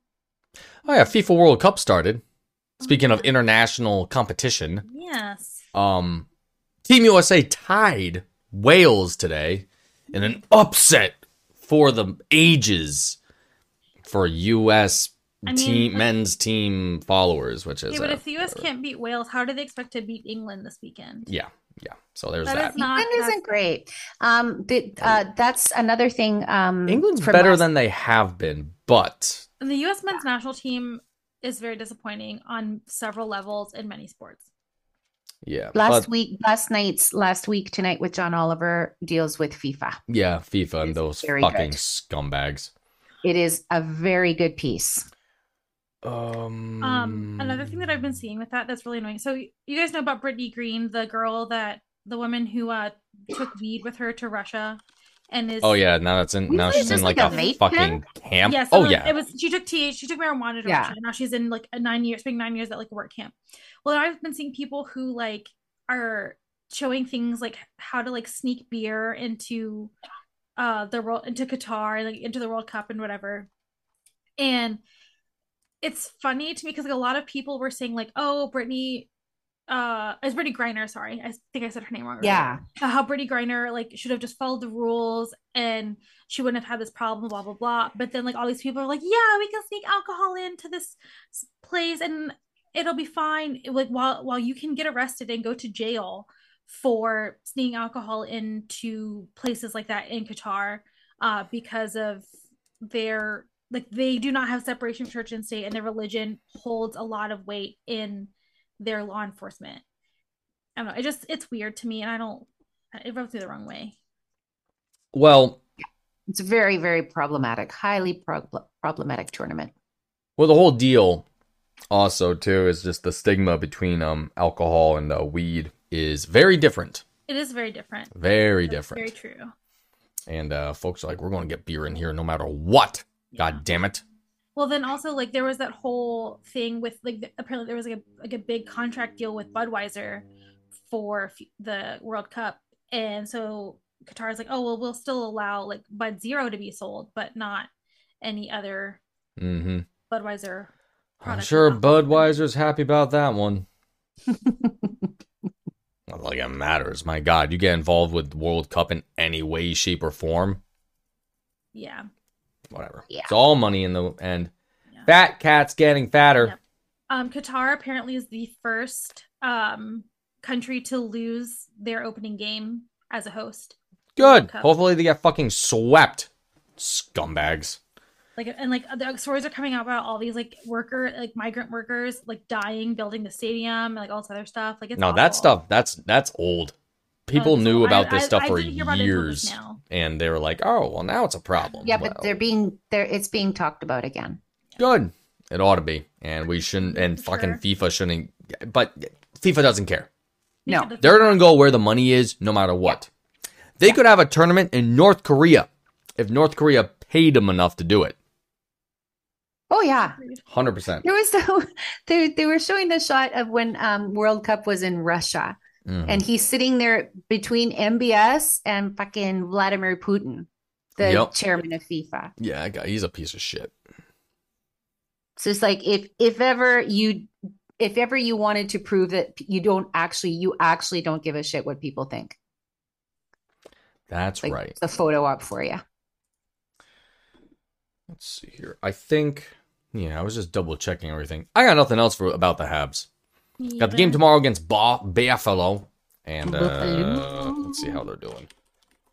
Oh yeah, FIFA World Cup started.
Oh,
Speaking of international competition,
Yes.
Um, Team USA tied Wales today in an upset for the ages for U.S.
I mean,
team
like-
men's team followers, which is
Okay, but
uh,
if the U.S. can't beat Wales, how do they expect to beat England this weekend?
yeah, yeah. So there's
That
that.
is not.
England
that's-
isn't great. Um, the, uh, that's another thing. Um,
England's
from
better
last-
than they have been, but
and the U.S. men's national team is very disappointing on several levels in many sports.
yeah,
last
but,
week. Last night's last week tonight with John Oliver deals with FIFA.
yeah, FIFA and
is
those
very
fucking
good.
scumbags.
It is a very good piece.
Um,
Um, another thing that I've been seeing with that that's really annoying. So you guys know about Brittany Green, the girl that the woman who uh took weed with her to Russia, and is
Oh yeah, now that's in.
We
Now
play
she's in
just
like,
like a
a,
vape
fucking camp.
Yes.
oh yeah,
It was she took th she took marijuana to
Yeah.
Russia. Now she's in like a nine years, spending nine years at like a work camp. Well, I've been seeing people who like are showing things like how to like sneak beer into uh the world into Qatar and like into the World Cup and whatever. And it's funny to me because like a lot of people were saying like, oh, Brittany uh it's Brittany Griner, sorry. I think I said her name wrong. earlier
Yeah,
about how Brittany Griner like should have just followed the rules and she wouldn't have had this problem, blah blah blah. But then like all these people are like, yeah, we can sneak alcohol into this s- place and it'll be fine. It- Like while while you can get arrested and go to jail for sneaking alcohol into places like that in Qatar, uh, because of their like they do not have separation of church and state, and their religion holds a lot of weight in their law enforcement. I don't know. It just it's weird to me, and I don't. It rubbed me the wrong way.
well,
it's very very problematic. Highly prob- problematic tournament.
Well, the whole deal also too is just the stigma between um alcohol and uh, weed is very different,
It is very different.
very
That's
different.
Very true.
and uh, folks are like, we're going to get beer in here no matter what.
Yeah.
God damn it!
Well, then also like there was that whole thing with like the, apparently there was like a like a big contract deal with Budweiser for f- the World Cup, and so Qatar is like, oh well, we'll still allow like Bud Zero to be sold, but not any other
hmm
Budweiser.
I'm
product
sure
allowed.
Budweiser's happy about that one. Not like it matters. My God, you get involved with the World Cup in any way, shape, or form.
Yeah.
Whatever.
Yeah.
It's all money in the end.
Yeah.
Fat cat's getting fatter.
Yep. Um, Qatar apparently is the first um country to lose their opening game as a host.
Good.
Cup.
Hopefully they get fucking swept. Scumbags.
like and like the stories are coming out about all these like worker like migrant workers like dying building the stadium and like all this other stuff like it's
no, that
awful.
stuff that's that's old. People
it's
knew
old. I-
about this
I-
stuff
I
for
didn't hear about it until just
years,
now.
and they were like, "Oh, well, now it's a problem."
Yeah,
well,
but they're being they're it's being talked about again.
Good. It ought to be, and we shouldn't. And
For
fucking
sure.
FIFA shouldn't. But FIFA doesn't care.
No.
Because
They're going to go where the money is no matter what. They could have a tournament in North Korea if North Korea paid them enough to do it.
Oh yeah.
100%.
There was the, they they were showing the shot of when um, World Cup was in Russia,
Mhm.
and he's sitting there between MBS and fucking Vladimir Putin, the
Yep.
chairman of FIFA.
yeah, that guy, he's a piece of shit.
So it's like if if ever you if ever you wanted to prove that you don't actually you actually don't give a shit what people think.
That's
Like
right.
it's a photo op for you.
Let's see here. I think, yeah, I was just double checking everything. I got nothing else for about the Habs.
Me
Got the game
either.
tomorrow against ba- Buffalo. And uh,
Buffalo.
let's see how they're doing.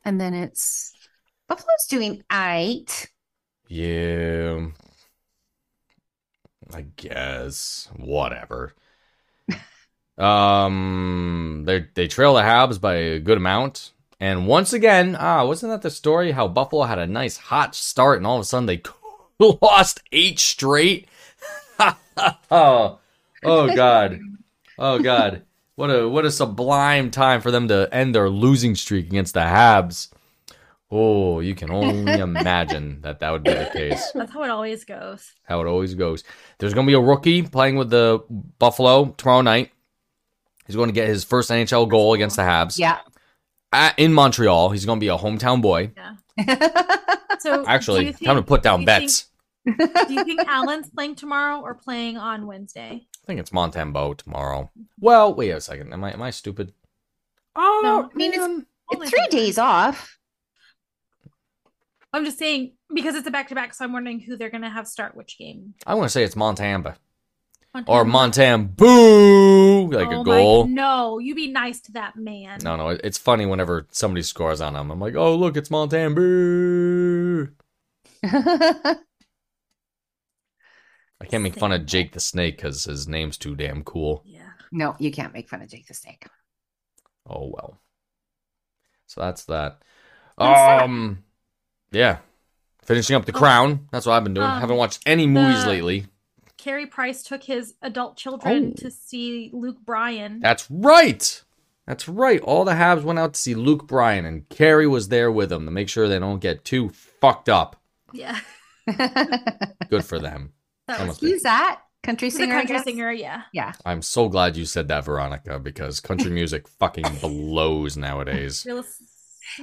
And then it's Buffalo's doing eight.
Yeah. I guess. Whatever. um they they trail the Habs by a good amount. And once again, ah, wasn't that the story how Buffalo had a nice hot start and all of a sudden they lost eight straight? oh, oh god. Oh god. What a what a sublime time for them to end their losing streak against the Habs. Oh, you can only imagine that that would be the case.
That's how it always goes.
How it always goes. There's going to be a rookie playing with the Buffalo tomorrow night. He's going to get his first NHL goal against the Habs
Yeah.
at, in Montreal. He's going to be a hometown boy.
So do
Actually,
you
time to
think-
put down
do you
bets.
think- do you think Allen's playing tomorrow or playing on Wednesday?
I think it's Montembeau tomorrow. Well, wait a second. Am I am I stupid? Oh,
No,
I mean, it's-
man.
Holy
It's three
shit.
days off.
I'm just saying because it's a back to back, so I'm wondering who they're gonna have start which game.
I want to say it's Montamba or
Montana.
Montamboo, like
Oh
a
my-
goal.
no, you be nice to that man.
No, no, it- it's funny whenever somebody scores on them. I'm like, oh, look, it's Montambu. I can't make fun of Jake the Snake because his name's too damn cool.
Yeah.
no, you can't make fun of Jake the Snake.
Oh well. So that's that.
That's that.
um, yeah, finishing up the
Oh.
Crown. That's what I've been doing.
Um,
Haven't watched any movies
the-
lately.
Carrie Price took his adult children
Oh.
to see Luke Bryan.
That's right. That's right. All the Habs went out to see Luke Bryan, and Carrie was there with him to make sure they don't get too fucked up.
yeah.
Good for them.
That was
Almost.
Who's that? Country
She's a
singer. I
country
guess?
singer, yeah.
Yeah.
I'm so glad you said that, Veronica, because country music fucking blows nowadays.
Real-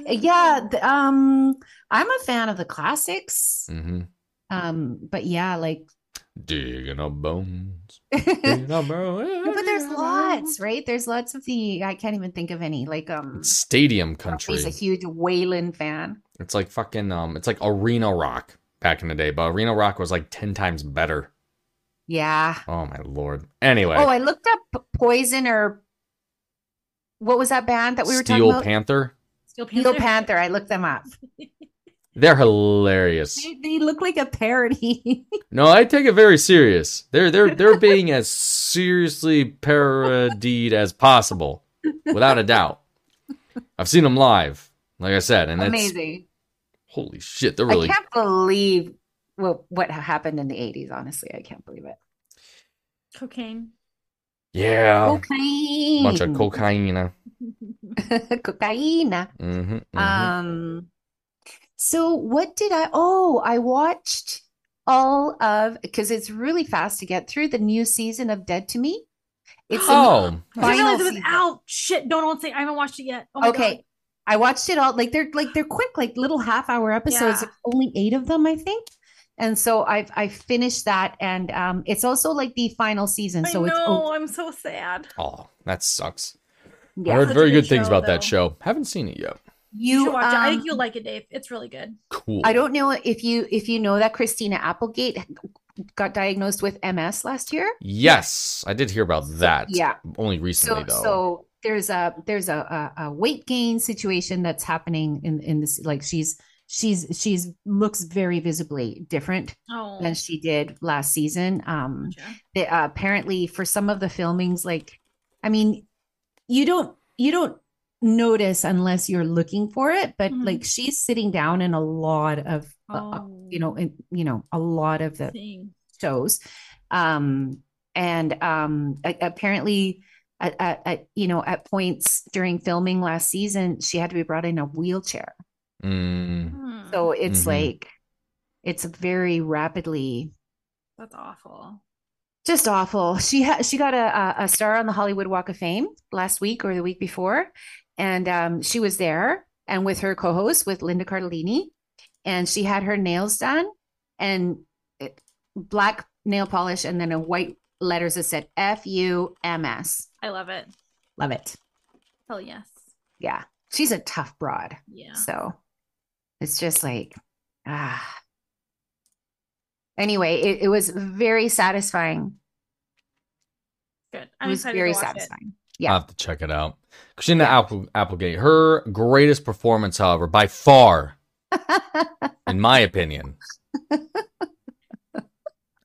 Yeah. th- um, I'm a fan of the classics.
Mm-hmm.
Um, but yeah, like
Digging up bones.
but
Digging up bones.
there's lots, right? There's lots of the I can't even think of any. Like um
It's stadium
he's a
country.
huge Waylon fan.
It's like fucking um. It's like arena rock back in the day, but arena rock was like ten times better.
Yeah.
Oh my lord. Anyway,
Oh, I looked up P- Poison or what was that band that we were
Steel
talking about?
Panther.
Steel Panther.
Steel Panther. I looked them up.
They're hilarious.
They, they look like a parody.
No, I take it very serious. They're they're they're being as seriously parodied as possible, without a doubt. I've seen them live, like I said, and it's
Amazing.
holy shit. They're really
I can't believe what what happened in the 80s, honestly. I can't believe it.
Cocaine.
yeah,
cocaine.
bunch of cocaine. uh,
cocaine.
Mm-hmm,
Um so what did I oh, I watched all of because it's really fast to get through the new season of Dead to Me. It's in-
oh,
I didn't
Final
realize it was
season.
out. Shit, don't, don't say I haven't watched it yet. Oh my
okay.
God.
I watched it all like they're like they're quick, like little half hour episodes.
Yeah.
There's only eight of them, I think. And so I've I finished that and um it's also like the final season.
I
So it's
know,
oh,
I'm so sad.
oh, that sucks. I
yeah.
heard
Such a
very
good
good things
show,
about that
though.
show. Haven't seen it yet.
You,
you
should watch it. I
um,
think you'll like it, Dave. It's really good.
Cool.
I don't know if you if you know that Christina Applegate got diagnosed with MS last year.
Yes, I did hear about that.
yeah.
only
So
recently though.
so there's a there's a, a, a weight gain situation that's happening in in this like she's she's she's looks very visibly different
Oh.
than she did last season. Um,
Gotcha.
they, uh, apparently for some of the filmings, like I mean, you don't you don't notice unless you're looking for it, but
Mhm.
like
Oh.
uh, she's sitting down in a lot of. uh, uh, you know, in, you know, a lot of the
Thing.
toes. Um, and um, a- apparently, at, at, at, you know, at points during filming last season, she had to be brought in a wheelchair.
Mm.
Hmm,
So it's
Mhm.
like, it's very rapidly
that's awful.
just awful. She ha- she got a a- a star on the Hollywood Walk of Fame last week or the week before, and um, she was there and with her co-host with Linda Cardellini, and she had her nails done and it, black nail polish and then a white letters that said F U M S.
I love it.
Love it.
Hell yes.
Yeah, she's a tough broad.
Yeah.
So it's just like, ah. Anyway, it, it was very satisfying.
Good.
It
I'm
was
excited
very
to watch it.
satisfying. Yeah.
I'll have to check it out. Christina Apple- Applegate, her greatest performance, however, by far, in my opinion,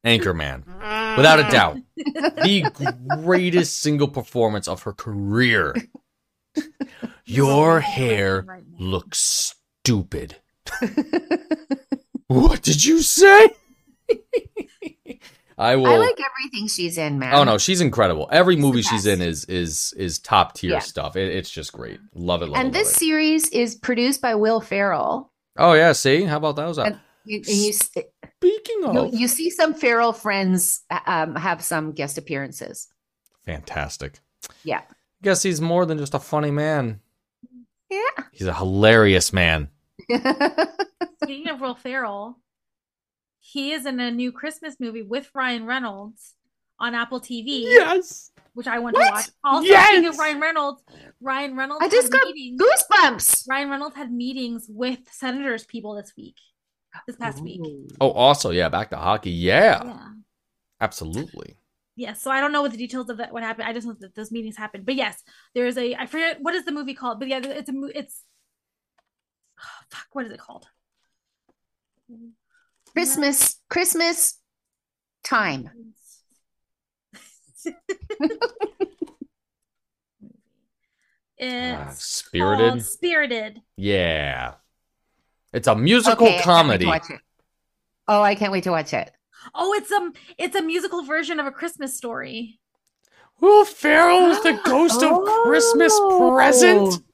Anchorman, without a doubt, the greatest single performance of her career. Your hair
Right now.
looks stupid. What did you say? I will.
I like everything she's in, man.
Oh no, she's incredible. Every movie
the
she's in is is is top tier
Yeah.
stuff. It, it's just great. Love it. Love
And
it,
this
love it.
series is produced by Will Ferrell.
Oh yeah. See how about that was that?
And- You, and you, s-
Speaking
you,
of
you see some Ferrell friends uh, um, have some guest appearances.
fantastic.
Yeah.
Guess he's more than just a funny man.
Yeah.
He's a hilarious man.
Speaking of Will Ferrell, he is in a new Christmas movie with Ryan Reynolds on Apple TV,
Yes.
which I want to
What?
watch. Also,
Yes!
speaking of Ryan Reynolds, Ryan Reynolds
I just
had
got
meetings.
Goosebumps.
Ryan Reynolds had meetings with senators people this week, this past week.
Oh, also yeah. Back to hockey. Yeah.
Yeah.
Absolutely.
Yes. So I don't know what the details of that what happened. I just know that those meetings happened. But yes, there is a I forget what is the movie called, but yeah, it's a mo- it's oh, fuck. What is it called?
Christmas, Christmas time.
Ah,
Uh,
it's
spirited.
called Spirited.
Yeah. It's a musical
Okay, I can't wait to
comedy.
watch it. Oh, I can't wait to watch it.
Oh, it's um, it's a musical version of a Christmas story.
Will Ferrell is the ghost
Oh.
of Christmas present.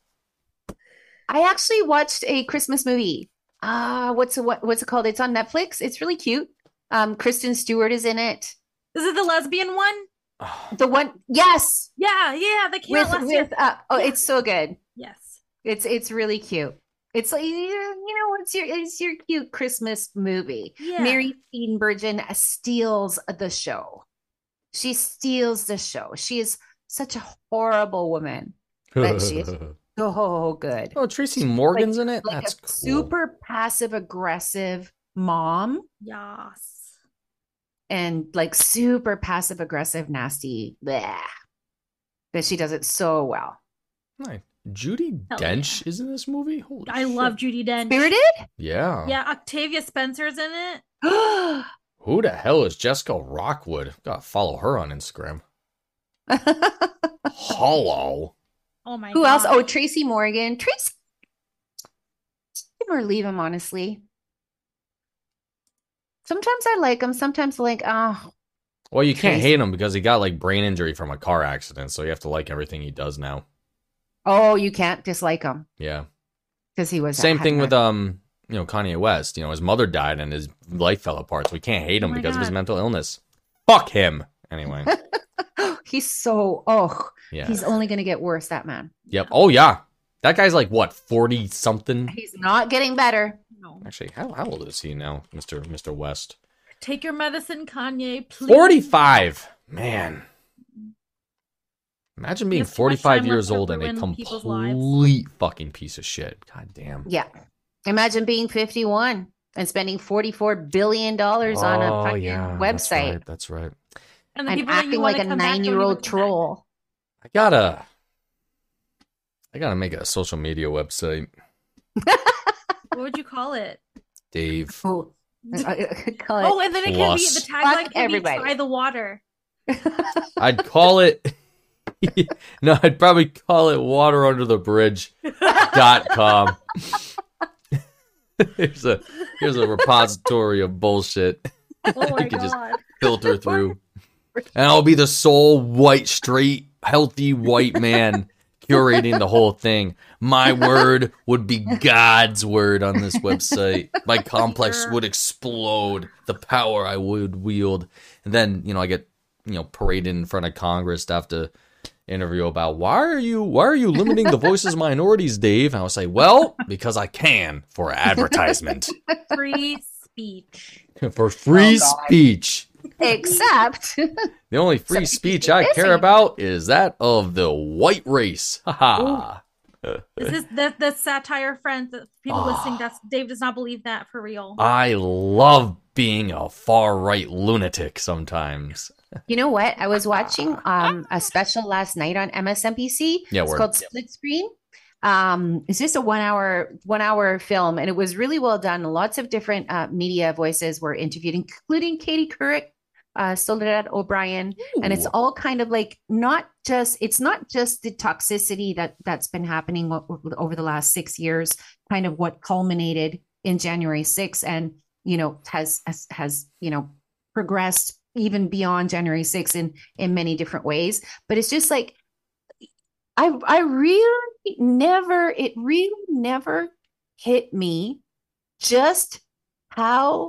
I actually watched a Christmas movie. Ah, what's what, what's it called? It's on Netflix. It's really cute. Um, Kristen Stewart is in it.
Is it the lesbian one?
The one, yes,
Yeah, yeah, the came
with
out last year.
with uh, oh,
Yeah.
it's so good.
Yes,
It's it's really cute. It's like you know, it's your it's your cute Christmas movie.
yeah.
Mary Steenburgen steals the show. She steals the show. She is such a horrible woman. But she is- So good.
Oh, Tracy Morgan's in it.
like
That's
a
cool.
super passive aggressive mom
Yes.
and like super passive aggressive nasty bleh. but she does it so well
Nice. Judy
Oh,
Hell
Dench is in this movie. Holy
I
shit.
love Judy Dench.
spirited
Yeah.
Yeah, Octavia Spencer's in it.
Who the hell is Jessica Rockwood? Gotta follow her on Instagram. Hello.
Oh my
who else oh
God.
tracy morgan tracy Take him or leave him honestly sometimes i like him sometimes like oh
Well, you can't
Tracy-
hate him because he got like brain injury from a car accident, so you have to like everything he does now.
oh you can't dislike him
Yeah.
because he was
Same thing with um, you know, Kanye West. You know, his mother died and his life fell apart, so we can't hate him
Oh my
because of his
God.
mental illness. Fuck him. Anyway. uh,
he's so oh
Yeah.
he's only gonna get worse that man
Yep. Oh yeah. That guy's like what, forty something?
he's not getting better
No.
Actually, how, how old is he now, Mister Mister West?
Take your medicine, Kanye. Please.
Forty five. Man. Imagine being
Yes, so much
forty five
time
years
left to
old and a
ruin people's lives.
complete fucking piece of shit. God damn.
Yeah. Imagine being 51 and spending $44 billion dollars on a fucking
Oh, That's
website
right, That's right.
And the
and
people that you
acting
wanna
like a
come back don't
nine
even
year old
come back.
troll.
I gotta I gotta make a social media website.
What would you call it?
Dave.
Oh, I- I call
Oh,
it-
and then it
Plus.
can be the tagline
Fuck
can
everybody.
be try the water.
I'd call it No, I'd probably call it water under the bridge. dot com. here's a here's a repository of bullshit.
Oh my
could just-
god.
filter through. And I'll be the sole white, straight, healthy white man curating the whole thing. My word would be God's word on this website. My complex
Sure.
would explode. The power I would wield. And then, you know, I get, you know, paraded in front of Congress to have to interview about why are you why are you limiting the voices of minorities, Dave? And I was like, Well, because I can for advertisement.
Free speech.
for free
Oh, God.
speech.
Except
The only free
Except
speech
you're
I care
busy.
about is that of the white race. Ha ha.
This is the the satire friends that people
Ah. Uh,
listening. That's Dave does not believe that for real.
I love being a far right lunatic sometimes.
you know what? I was watching um a special last night on MSNBC.
Ah. Yeah,
it's
word.
called Split Screen. Um, it's just a one hour one hour film, and it was really well done. Lots of different uh, media voices were interviewed, including Katie Couric, uh, Soledad O'Brien, and it's
Ooh.
all kind of like not just it's not just the toxicity that that's been happening o- over the last six years kind of what culminated in january 6th and you know has has, has you know progressed even beyond january 6th in in many different ways but it's just like i i really never it really never hit me just how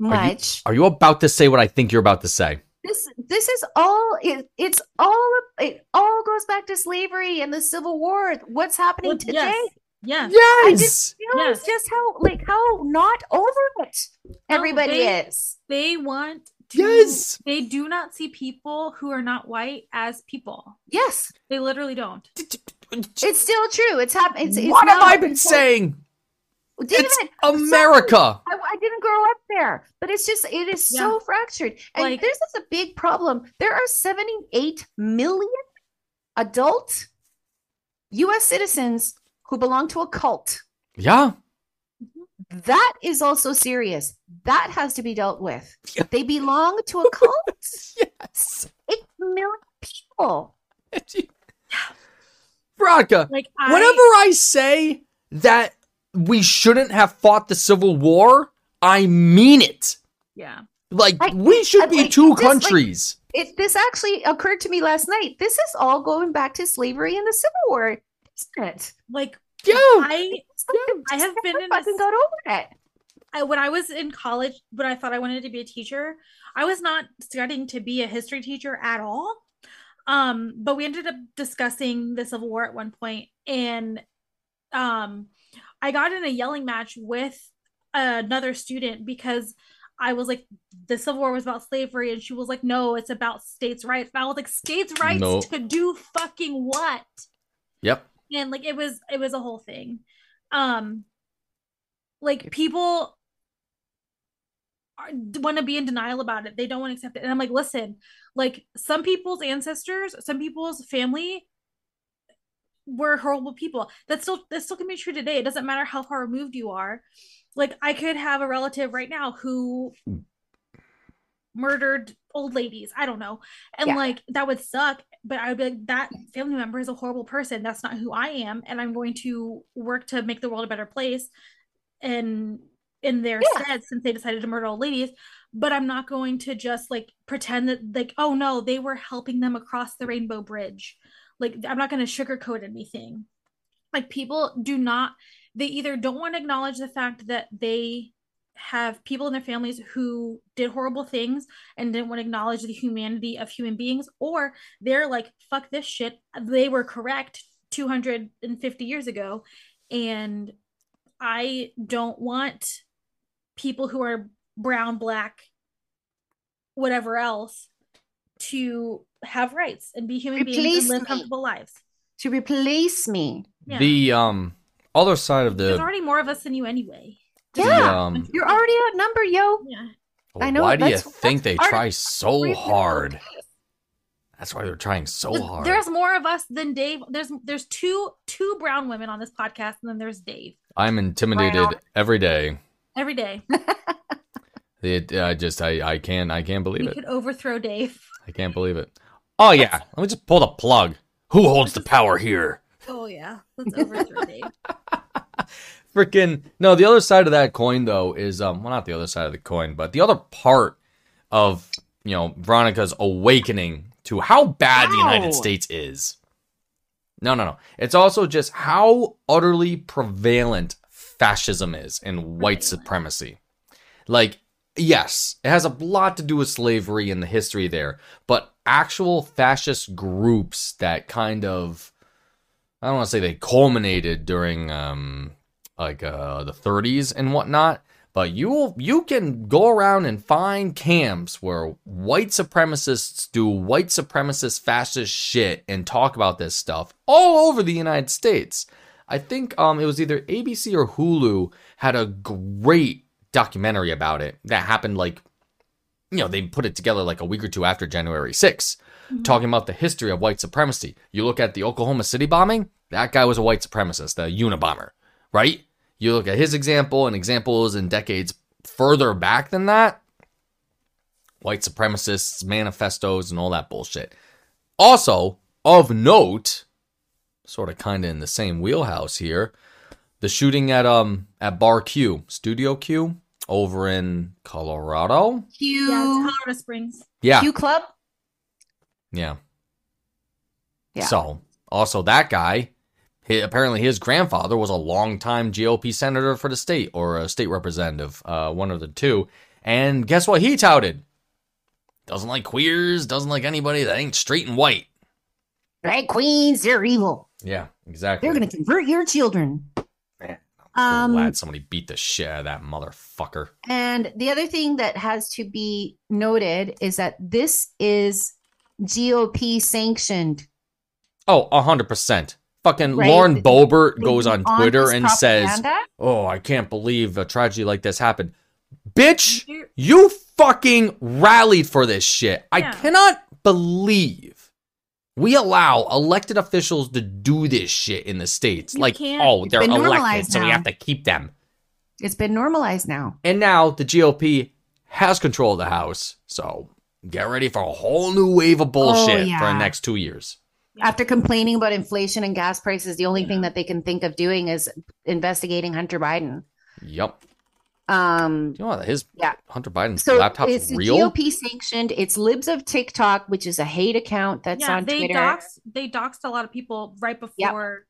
much
Are you about to say what I think you're about to say?
this this is all it, it's all it all goes back to slavery and the civil war what's happening
Well,
today
yes. Yes.
Yes.
just- you know, it's
Yes.
just how like how not over it
Oh,
everybody
they-
is
They want to
Yes.
they do not see people who are not white as people.
yes
They literally don't.
it's still true it's happening it's, it's
what have
now-
I been saying?
David,
It's
I'm sorry.
America.
I, I didn't grow up there, but it's just it is so fractured. And
Like-
this is a big problem. There are 78 million adult US citizens who belong to a cult.
Yeah.
That is also serious. That has to be dealt with. They belong to a cult.
Yes.
Eight million people.
Veronica,
Like I
Whenever I say that we shouldn't have fought the Civil War, I mean it.
yeah.
Like
Like,
we should be
like,
two
just, like-
countries.
It this actually occurred to me last night. This is all going back to slavery and the Civil War, isn't it?
Like
yeah.
I
It's like
I have been
never
in a
fucking
s-
got over it.
I, when I was in college, when I thought I wanted to be a teacher, I was not studying to be a history teacher at all. Um, but we ended up discussing the Civil War at one point, and um, I got in a yelling match with another student because I was like, the Civil War was about slavery, and she was like, no, it's about states' rights. And I was like, states' rights
No.
to do fucking what?
Yep.
and like it was it was a whole thing um like people want to be in denial about it they don't want to accept it and i'm like listen like some people's ancestors some people's family were horrible people that still that still can be true today it doesn't matter how far removed you are like i could have a relative right now who murdered old ladies i don't know and
Yeah.
like that would suck but i would be like that family member is a horrible person that's not who i am and i'm going to work to make the world a better place and in their
Yeah.
stead since they decided to murder old ladies but i'm not going to just like pretend that like oh no they were helping them across the rainbow bridge like i'm not going to sugarcoat anything like people do not they either don't want to acknowledge the fact that they have people in their families who did horrible things and didn't want to acknowledge the humanity of human beings or they're like fuck this shit they were correct 250 years ago and i don't want people who are brown black whatever else to have rights and be human beings
Replace
and live
me.
comfortable lives
To replace me.
yeah.
The um other side of
there's
the,
already more of us than you anyway
the,
Yeah.
um
You're already outnumbered, yo.
yeah
I know,
why do you
that's-
think they
that's
try
art-
so hard? That's why they're trying so
Th-
hard.
There's more of us than Dave. There's there's two two brown women on this podcast, and then there's Dave
I'm intimidated
Wow.
every day.
every day.
It, I just I I can't I can't believe
We
it.
could overthrow Dave.
I can't believe it. Oh yeah, let me just pull the plug. Who holds the power here?
Oh yeah, let's overthrow Dave.
freaking no the other side of that coin though is um well not the other side of the coin but the other part of you know Veronica's awakening to how bad the United
Wow.
States is. No, no, no. It's also just how utterly prevalent fascism is and white
Prevalent.
supremacy. Like, yes, it has a lot to do with slavery and the history there, but actual fascist groups that kind of I don't want to say they culminated during um like uh the 30s and whatnot, but you you can go around and find camps where white supremacists do white supremacist fascist shit and talk about this stuff all over the United States. I think um it was either ABC or Hulu had a great documentary about it that happened like you know, they put it together like a week or two after January 6th, talking about the history of white supremacy. You look at the Oklahoma City bombing, that guy was a white supremacist, the Unabomber, right? You look at his example and examples in decades further back than that, white supremacists, manifestos, and all that bullshit. Also, of note, sort of kind of in the same wheelhouse here, the shooting at um at Bar Q, Studio Q, over in Colorado.
Q,
Yeah, it's Colorado Springs.
Yeah.
Q Club.
yeah.
Yeah.
So, also that guy, he, apparently his grandfather was a longtime GOP senator for the state or a state representative, uh, one of the two. And guess what he touted? Doesn't like queers, doesn't like anybody that ain't straight and white.
Drag queens, they're evil.
Yeah, exactly.
They're going to convert your children.
Man,
Um,
glad somebody beat the shit out of that motherfucker.
And the other thing that has to be noted is that this is GOP sanctioned.
Oh, 100%. Fucking
Right.
Lauren Boebert goes on
On
Twitter
this
and says,
propaganda?
Oh, I can't believe a tragedy like this happened. Bitch,
You're-
you fucking rallied for this shit. I
Yeah.
cannot believe we allow elected officials to do this shit in the states.
You
like,
can't.
oh, they're
been
elected,
normalized
so we
now.
have to keep them.
It's been normalized now.
And now the GOP has control of the House. So get ready for a whole new wave of bullshit for the
Oh, yeah.
next two years.
After complaining about inflation and gas prices, the only
Yeah.
thing that they can think of doing is investigating Hunter Biden.
Yep.
Um,
You know what? His
Yeah.
Hunter Biden's
so it's
laptop's real.
GOP sanctioned. It's Libs of TikTok, which is a hate account that's
yeah,
on
they
Twitter.
doxed they doxed a lot of people right before.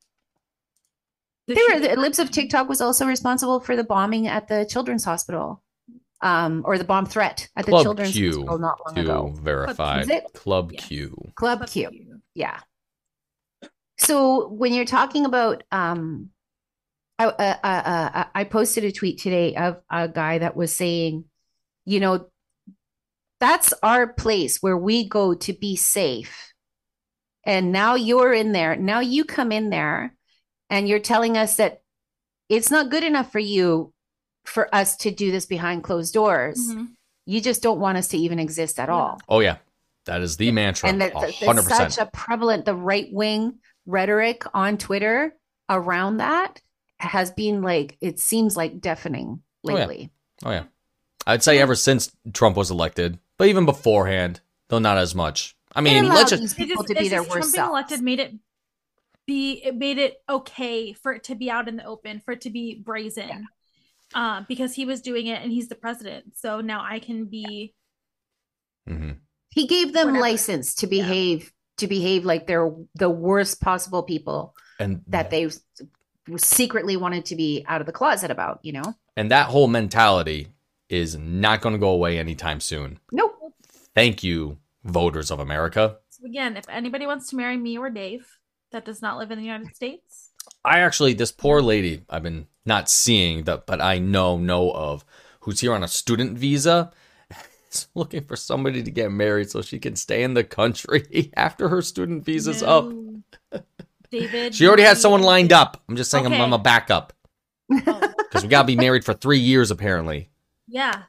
the
They were
shooting
the Libs of
happened.
TikTok was also responsible for the bombing at the children's hospital, um, or the bomb threat at the
Club
children's
Q
hospital not long
to
ago.
verify
Is it?
Club
Yes.
Q.
Club,
Fuck
Q,
you.
yeah. So when you're talking about, um, I, uh, uh, uh, I posted a tweet today of a guy that was saying, you know, that's our place where we go to be safe. And now you're in there. Now you come in there and you're telling us that it's not good enough for you for us to do this behind closed doors.
Mhm.
You just don't want us to even exist at
Yeah.
all.
Oh yeah, that is the mantra.
And that, that-
hundred
that's such
percent.
a prevalent the right wing rhetoric on Twitter around that has been like it seems like deafening
Oh, yeah.
lately.
Oh yeah, I'd say ever since Trump was elected, but even beforehand, though not as much. I
It
mean,
allowed
let's just
these
It
people
just-
to be
it's
their
just Trump
worst
being
self.
elected made it be it made it okay for it to be out in the open, for it to be brazen.
Yeah.
Uh, because he was doing it and he's the president. So now I can be
Mhm.
He gave them
Whatever.
license to
Yeah.
behave to behave like they're the worst possible people
and
that they s- secretly wanted to be out of the closet about. You know,
and that whole mentality is not going to go away anytime soon.
nope.
Thank you, voters of America.
so again, if anybody wants to marry me or Dave that does not live in the United States,
I actually, this poor lady I've been not seeing that, but I know know of, who's here on a student visa, is looking for somebody to get married so she can stay in the country after her student visa's up.
no. David
She already
you
has someone
need-
lined up. I'm just saying I'm, I'm a
Okay.
backup
Oh,
because we gotta be married for three years apparently.
yeah.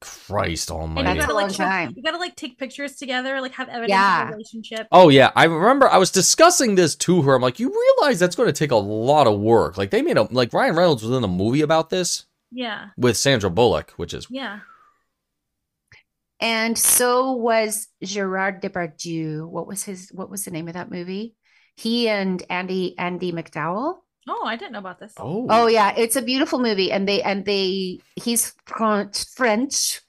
Christ
And you
Almighty.
That's
gotta
a
like
long
show-
time.
you gotta like take pictures together, like have evidence
Yeah.
of the relationship.
Oh yeah, I remember I was discussing this to her. I'm like, you realize that's going to take a lot of work. Like they made a like Ryan Reynolds was in a movie about this
Yeah.
with Sandra Bullock, which is
Yeah.
And so was Gerard Depardieu. What was his? What was the name of that movie? He and Andy Andy McDowell.
Oh, I didn't know about this.
oh
Oh yeah, it's a beautiful movie, and they and they he's French, French,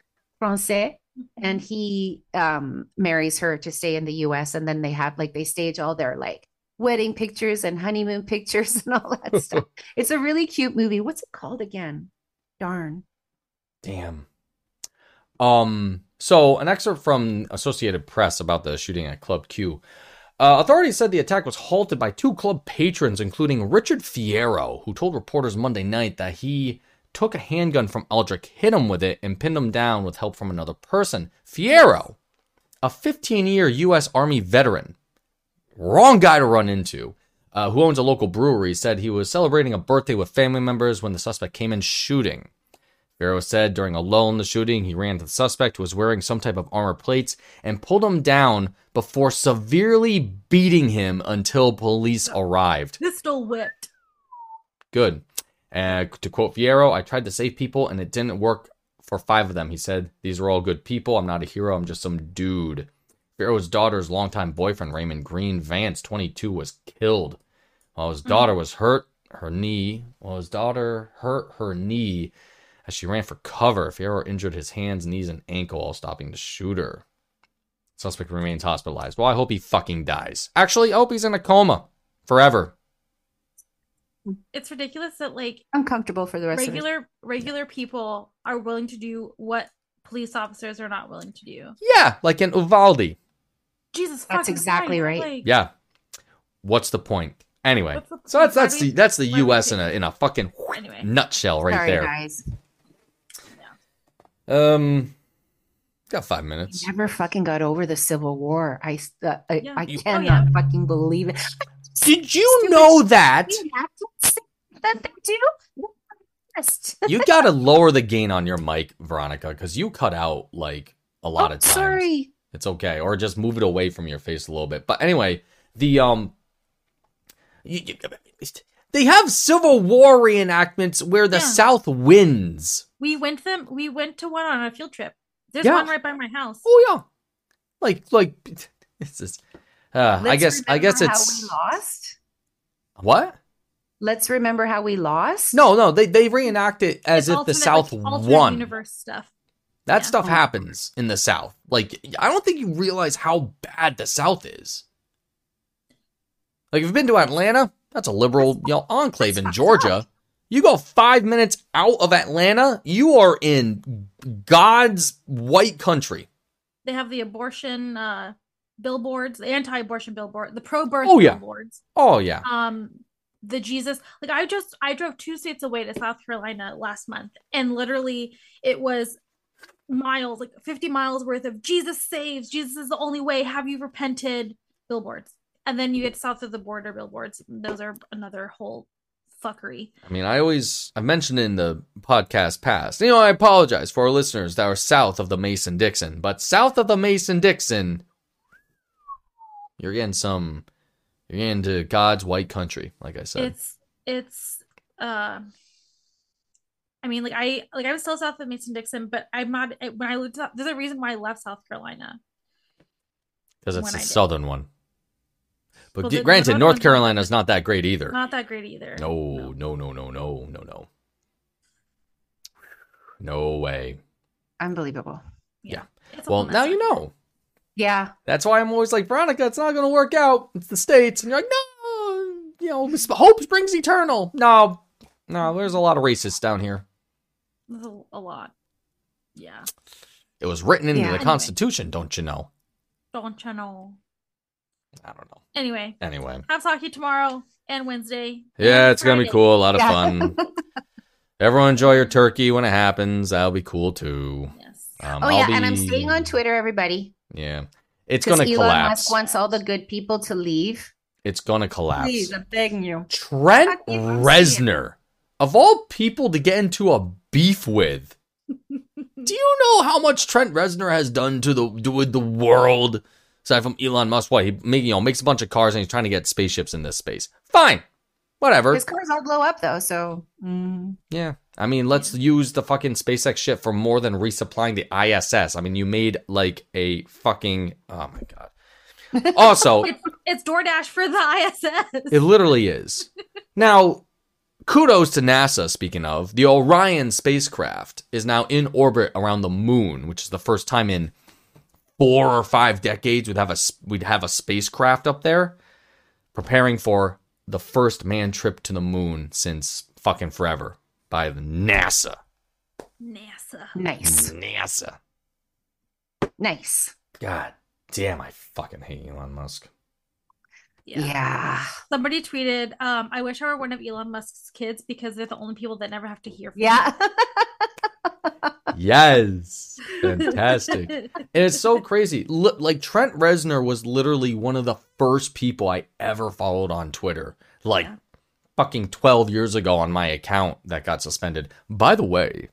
français,
Mm-hmm.
and he um marries her to stay in the US and then they have like they stage all their like wedding pictures and honeymoon pictures and all that stuff. It's a really cute movie. What's it called again? Darn.
Damn. Um. So, an excerpt from Associated Press about the shooting at Club Q. Uh, authorities said the attack was halted by two club patrons, including Richard Fierro, who told reporters Monday night that he took a handgun from Eldrick, hit him with it, and pinned him down with help from another person. Fierro, a 15 year U.S. Army veteran, wrong guy to run into, uh, who owns a local brewery, said he was celebrating a birthday with family members when the suspect came in shooting. Barrow said during a lull in the shooting, he ran to the suspect who was wearing some type of armor plates and pulled him down before severely beating him until police arrived.
Pistol whipped.
Good. Uh, to quote Fierro, I tried to save people and it didn't work for five of them. He said, These are all good people. I'm not a hero. I'm just some dude. Fierro's daughter's longtime boyfriend, Raymond Green Vance, 22, was killed. While his daughter was hurt, her knee, while his daughter hurt her knee, as she ran for cover, Fierro injured his hands, knees, and ankle while stopping the shooter. Suspect remains hospitalized. Well, I hope he fucking dies. Actually, I hope he's in a coma forever.
It's ridiculous that like
Uncomfortable for the rest of
regular regular people are willing to do what police officers are not willing to do.
Yeah, like in Uvalde.
Jesus,
That's
fucking
exactly
Christ,
right.
like,
Yeah. What's the point? Anyway,
What's the
so that's that's
point?
the that's the
Why do we
U.S. in a
care?
in a fucking
Anyway.
nutshell
it.
right
Sorry,
there.
guys.
Um, got five
I
minutes.
never fucking got over the Civil War. I s- uh, I,
Yeah.
I
You-
Oh,
cannot
yeah.
fucking believe it.
Did you know that?
You have to say that they do. They're honest.
You gotta lower the gain on your mic, Veronica, because you cut out like a lot
Oh,
of times.
Sorry.
It's okay, or just move it away from your face a little bit. But anyway, the um, you, you, they have Civil War reenactments where the
Yeah.
South wins.
We went to them. We went to one on a field trip. There's
Yeah.
one right by my house.
Oh yeah, like like it's just. Uh, I
Let's
guess I guess
remember how
it's
we lost.
what?
Let's remember how we lost.
No, no, they they reenact it as
It's
if the
alternate,
South
like, alternate
won.
universe stuff.
That
Yeah.
stuff
Oh.
happens in the South. Like, I don't think you realize how bad the South is. Like, if you've been to Atlanta, that's a liberal you know, enclave in
fucked
Georgia. You go five minutes out of Atlanta, you are in God's white country.
They have the abortion uh, billboards, the anti-abortion billboard, the pro-birth
Oh, yeah.
billboards.
Oh, yeah.
Um, the Jesus, like I just I drove two states away to South Carolina last month, and literally it was miles, like fifty miles worth of Jesus saves, Jesus is the only way. Have you repented? Billboards, and then you get south of the border billboards. Those are another whole fuckery.
I mean, I always, I've mentioned in the podcast past, you know, I apologize for our listeners that are south of the Mason Dixon, but south of the Mason Dixon, you're getting some, you're getting to God's white country, like I said.
it's it's uh i mean like i like i'm still south of mason dixon but i'm not I- when i lived there's a reason why i left south carolina
Because it's
when
the
I did.
southern one. But
Well,
g-
the- the
granted,
northern
North
one's not
Carolina is not that great either.
not that great either
No, no, no, no, no, no, no. No way.
Unbelievable.
It's a
Well,
whole
now
mess.
you know.
Yeah.
That's why I'm always like, Veronica, it's not going to work out. It's the States. And you're like, no, you know, this- hope springs eternal. No, no, there's a lot of racists down here.
It's a, a lot yeah
It was written into
Yeah.
the
Anyway.
Constitution, don't you know?
don't you know
I don't know.
anyway
Anyway.
have hockey tomorrow and wednesday
Yeah,
and
it's going to be
Friday.
cool. A lot of
Yeah.
fun. Everyone enjoy your turkey when it happens. That'll be cool too.
yes
Um,
Oh
I'll
yeah, and I'm
be-
staying on Twitter, everybody.
Yeah, it's
'cause
gonna
Elon
collapse.
Musk wants all the good people to leave.
it's gonna collapse.
I'm begging you.
Trent
Fuck you, I'm
Reznor, of all people to get into a beef with, do you know how much Trent Reznor has done to the to, with the world? Aside from Elon Musk, what he make, you know makes a bunch of cars and he's trying to get spaceships in this space. Fine, whatever.
His cars all blow up though, so mm,
Yeah. I mean, let's use the fucking SpaceX shit for more than resupplying the ISS. I mean, you made like a fucking oh my god. Also,
it's, it's doordash for the iss
It literally is. Now, Kudos to NASA, speaking of. The Orion spacecraft is now in orbit around the moon, which is the first time in four or five decades we'd have a, s- we'd have a spacecraft up there preparing for the first man trip to the moon since fucking forever by NASA.
NASA.
Nice.
Mm. NASA.
Nice.
God damn, I fucking hate Elon Musk.
Yeah. Yeah.
Somebody tweeted, um, I wish I were one of Elon Musk's kids because they're the only people that never have to hear from
Yes.
him."
Fantastic. And it's so crazy. Look, like Trent Reznor was literally one of the first people I ever followed on Twitter. Like
Yeah.
fucking 12 years ago on my account that got suspended. By the way,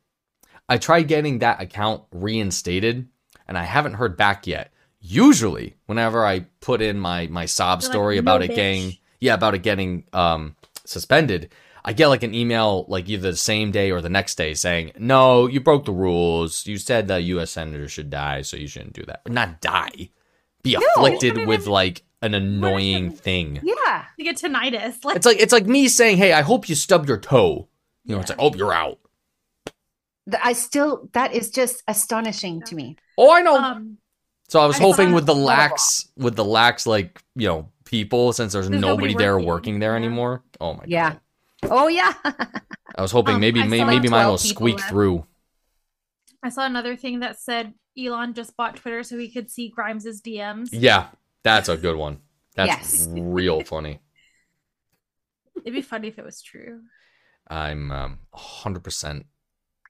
I tried getting that account reinstated and I haven't heard back yet. Usually, whenever I put in my my sob
They're like,
story
"No,
about it
bitch."
getting yeah, about it getting um suspended, I get like an email like either the same day or the next day saying, "No, you broke the rules. You said that U.S. senator should die, so you shouldn't do that. Not die, be afflicted
I mean,
with like an annoying
it-
thing.
Yeah.
you get tinnitus. Like,
It's like it's like me saying, "Hey, I hope you stubbed your toe." You know, it's like, "Hope you're out."
Th- I still, that is just astonishing to me.
Oh, I know.
um,
so I was
I
hoping
saw-
with the
saw that.
lax, with the lax, like you know, people since there's,
There's
nobody,
nobody
there
working.
working there
Yeah.
anymore. Oh my
Yeah.
god.
Oh, yeah.
I was hoping
Um,
maybe
I
may,
saw
maybe mine
12
will
people
squeak
left.
through.
I saw another thing that said Elon just bought Twitter so he could see Grimes's DMs.
Yeah, that's a good one. That's
Yes.
real funny.
It'd be funny if it was true.
I'm um, 100%.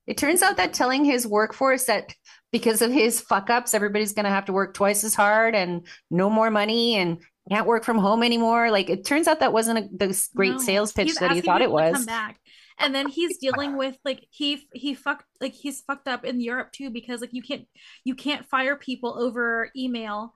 It turns out that telling his workforce that because of his fuck ups, everybody's going to have to work twice as hard and no more money and can't work from home anymore. Like it turns out that wasn't a, the s- great
No,
sales pitch
he's
that he
asking
thought it
people to
was.
Come back. And then he's dealing with like he he fucked like he's fucked up in Europe too because like you can't you can't fire people over email,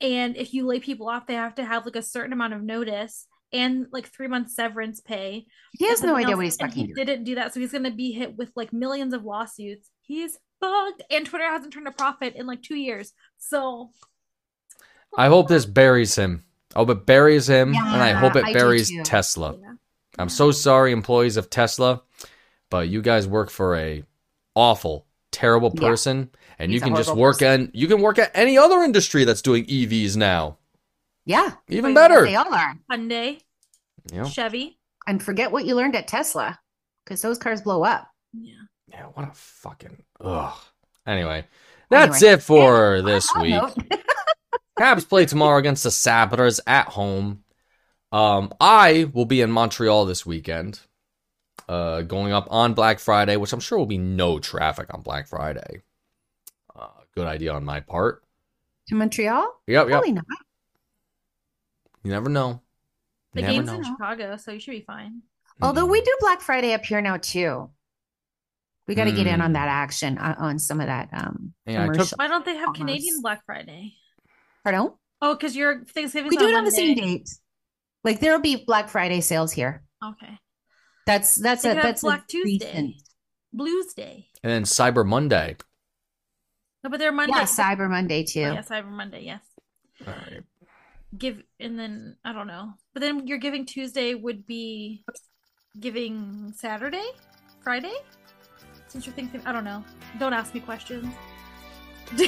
and if you lay people off, they have to have like a certain amount of notice and like three months severance pay.
He has
and
no
something
idea
else,
what he's
and
fucking
He
doing.
didn't do that, so he's gonna be hit with like millions of lawsuits. He's fucked, and Twitter hasn't turned a profit in like two years. So
I hope this buries him. I hope it buries him, and I hope
Yeah,
it
I do
buries
too.
Tesla.
yeah.
I'm so sorry, employees of Tesla, but you guys work for a awful, terrible
Yeah.
person, and
He's
you
a
can just
horrible
work
person.
in you can work at any other industry that's doing EVs now,
Yeah.
even
Wait, what
better.
They all are.
Hyundai,
Yeah.
Chevy,
And forget what you learned at Tesla because those cars blow up.
yeah.
yeah, what a fucking ugh. Anyway, that's it for this
I
week.
don't know.
Habs play tomorrow against the Sabres at home. Um, I will be in Montreal this weekend, uh, going up on Black Friday, which I'm sure will be no traffic on Black Friday. Uh, good idea on my part.
to Montreal?
Yep, yep.
Probably not.
You never know.
The
never
game's
know. Mm-hmm.
in Chicago, so you should be fine.
Although we do Black Friday up here now too. We got to get in
Hmm.
on that action uh, on some of that. Um,
Yeah, I took-
commercial.
Why don't they have
Commerce.
Canadian Black Friday?
Pardon?
Oh, because your Thanksgiving.
we do it on the same date. Like there'll be Black Friday sales here.
Okay.
That's that's
They
a
could have
that's a
Black Tuesday.
decent-
Blues Day.
and then Cyber Monday.
No, but they're Monday.
Yeah, Cyber Monday too.
Oh, yeah, Cyber Monday. Yes.
All right.
Give and then I don't know, but then your Giving Tuesday would be Giving Saturday, Friday. Since you're thinking, I don't know. Don't ask me questions.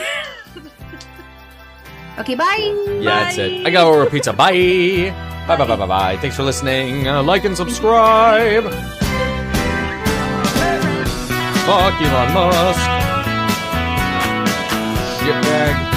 Okay, bye.
Yeah, that's it. I gotta order pizza. Bye. Bye, bye, bye, bye, bye. Thanks for listening. Uh, like and subscribe. Fuck Elon Musk. Shitbag.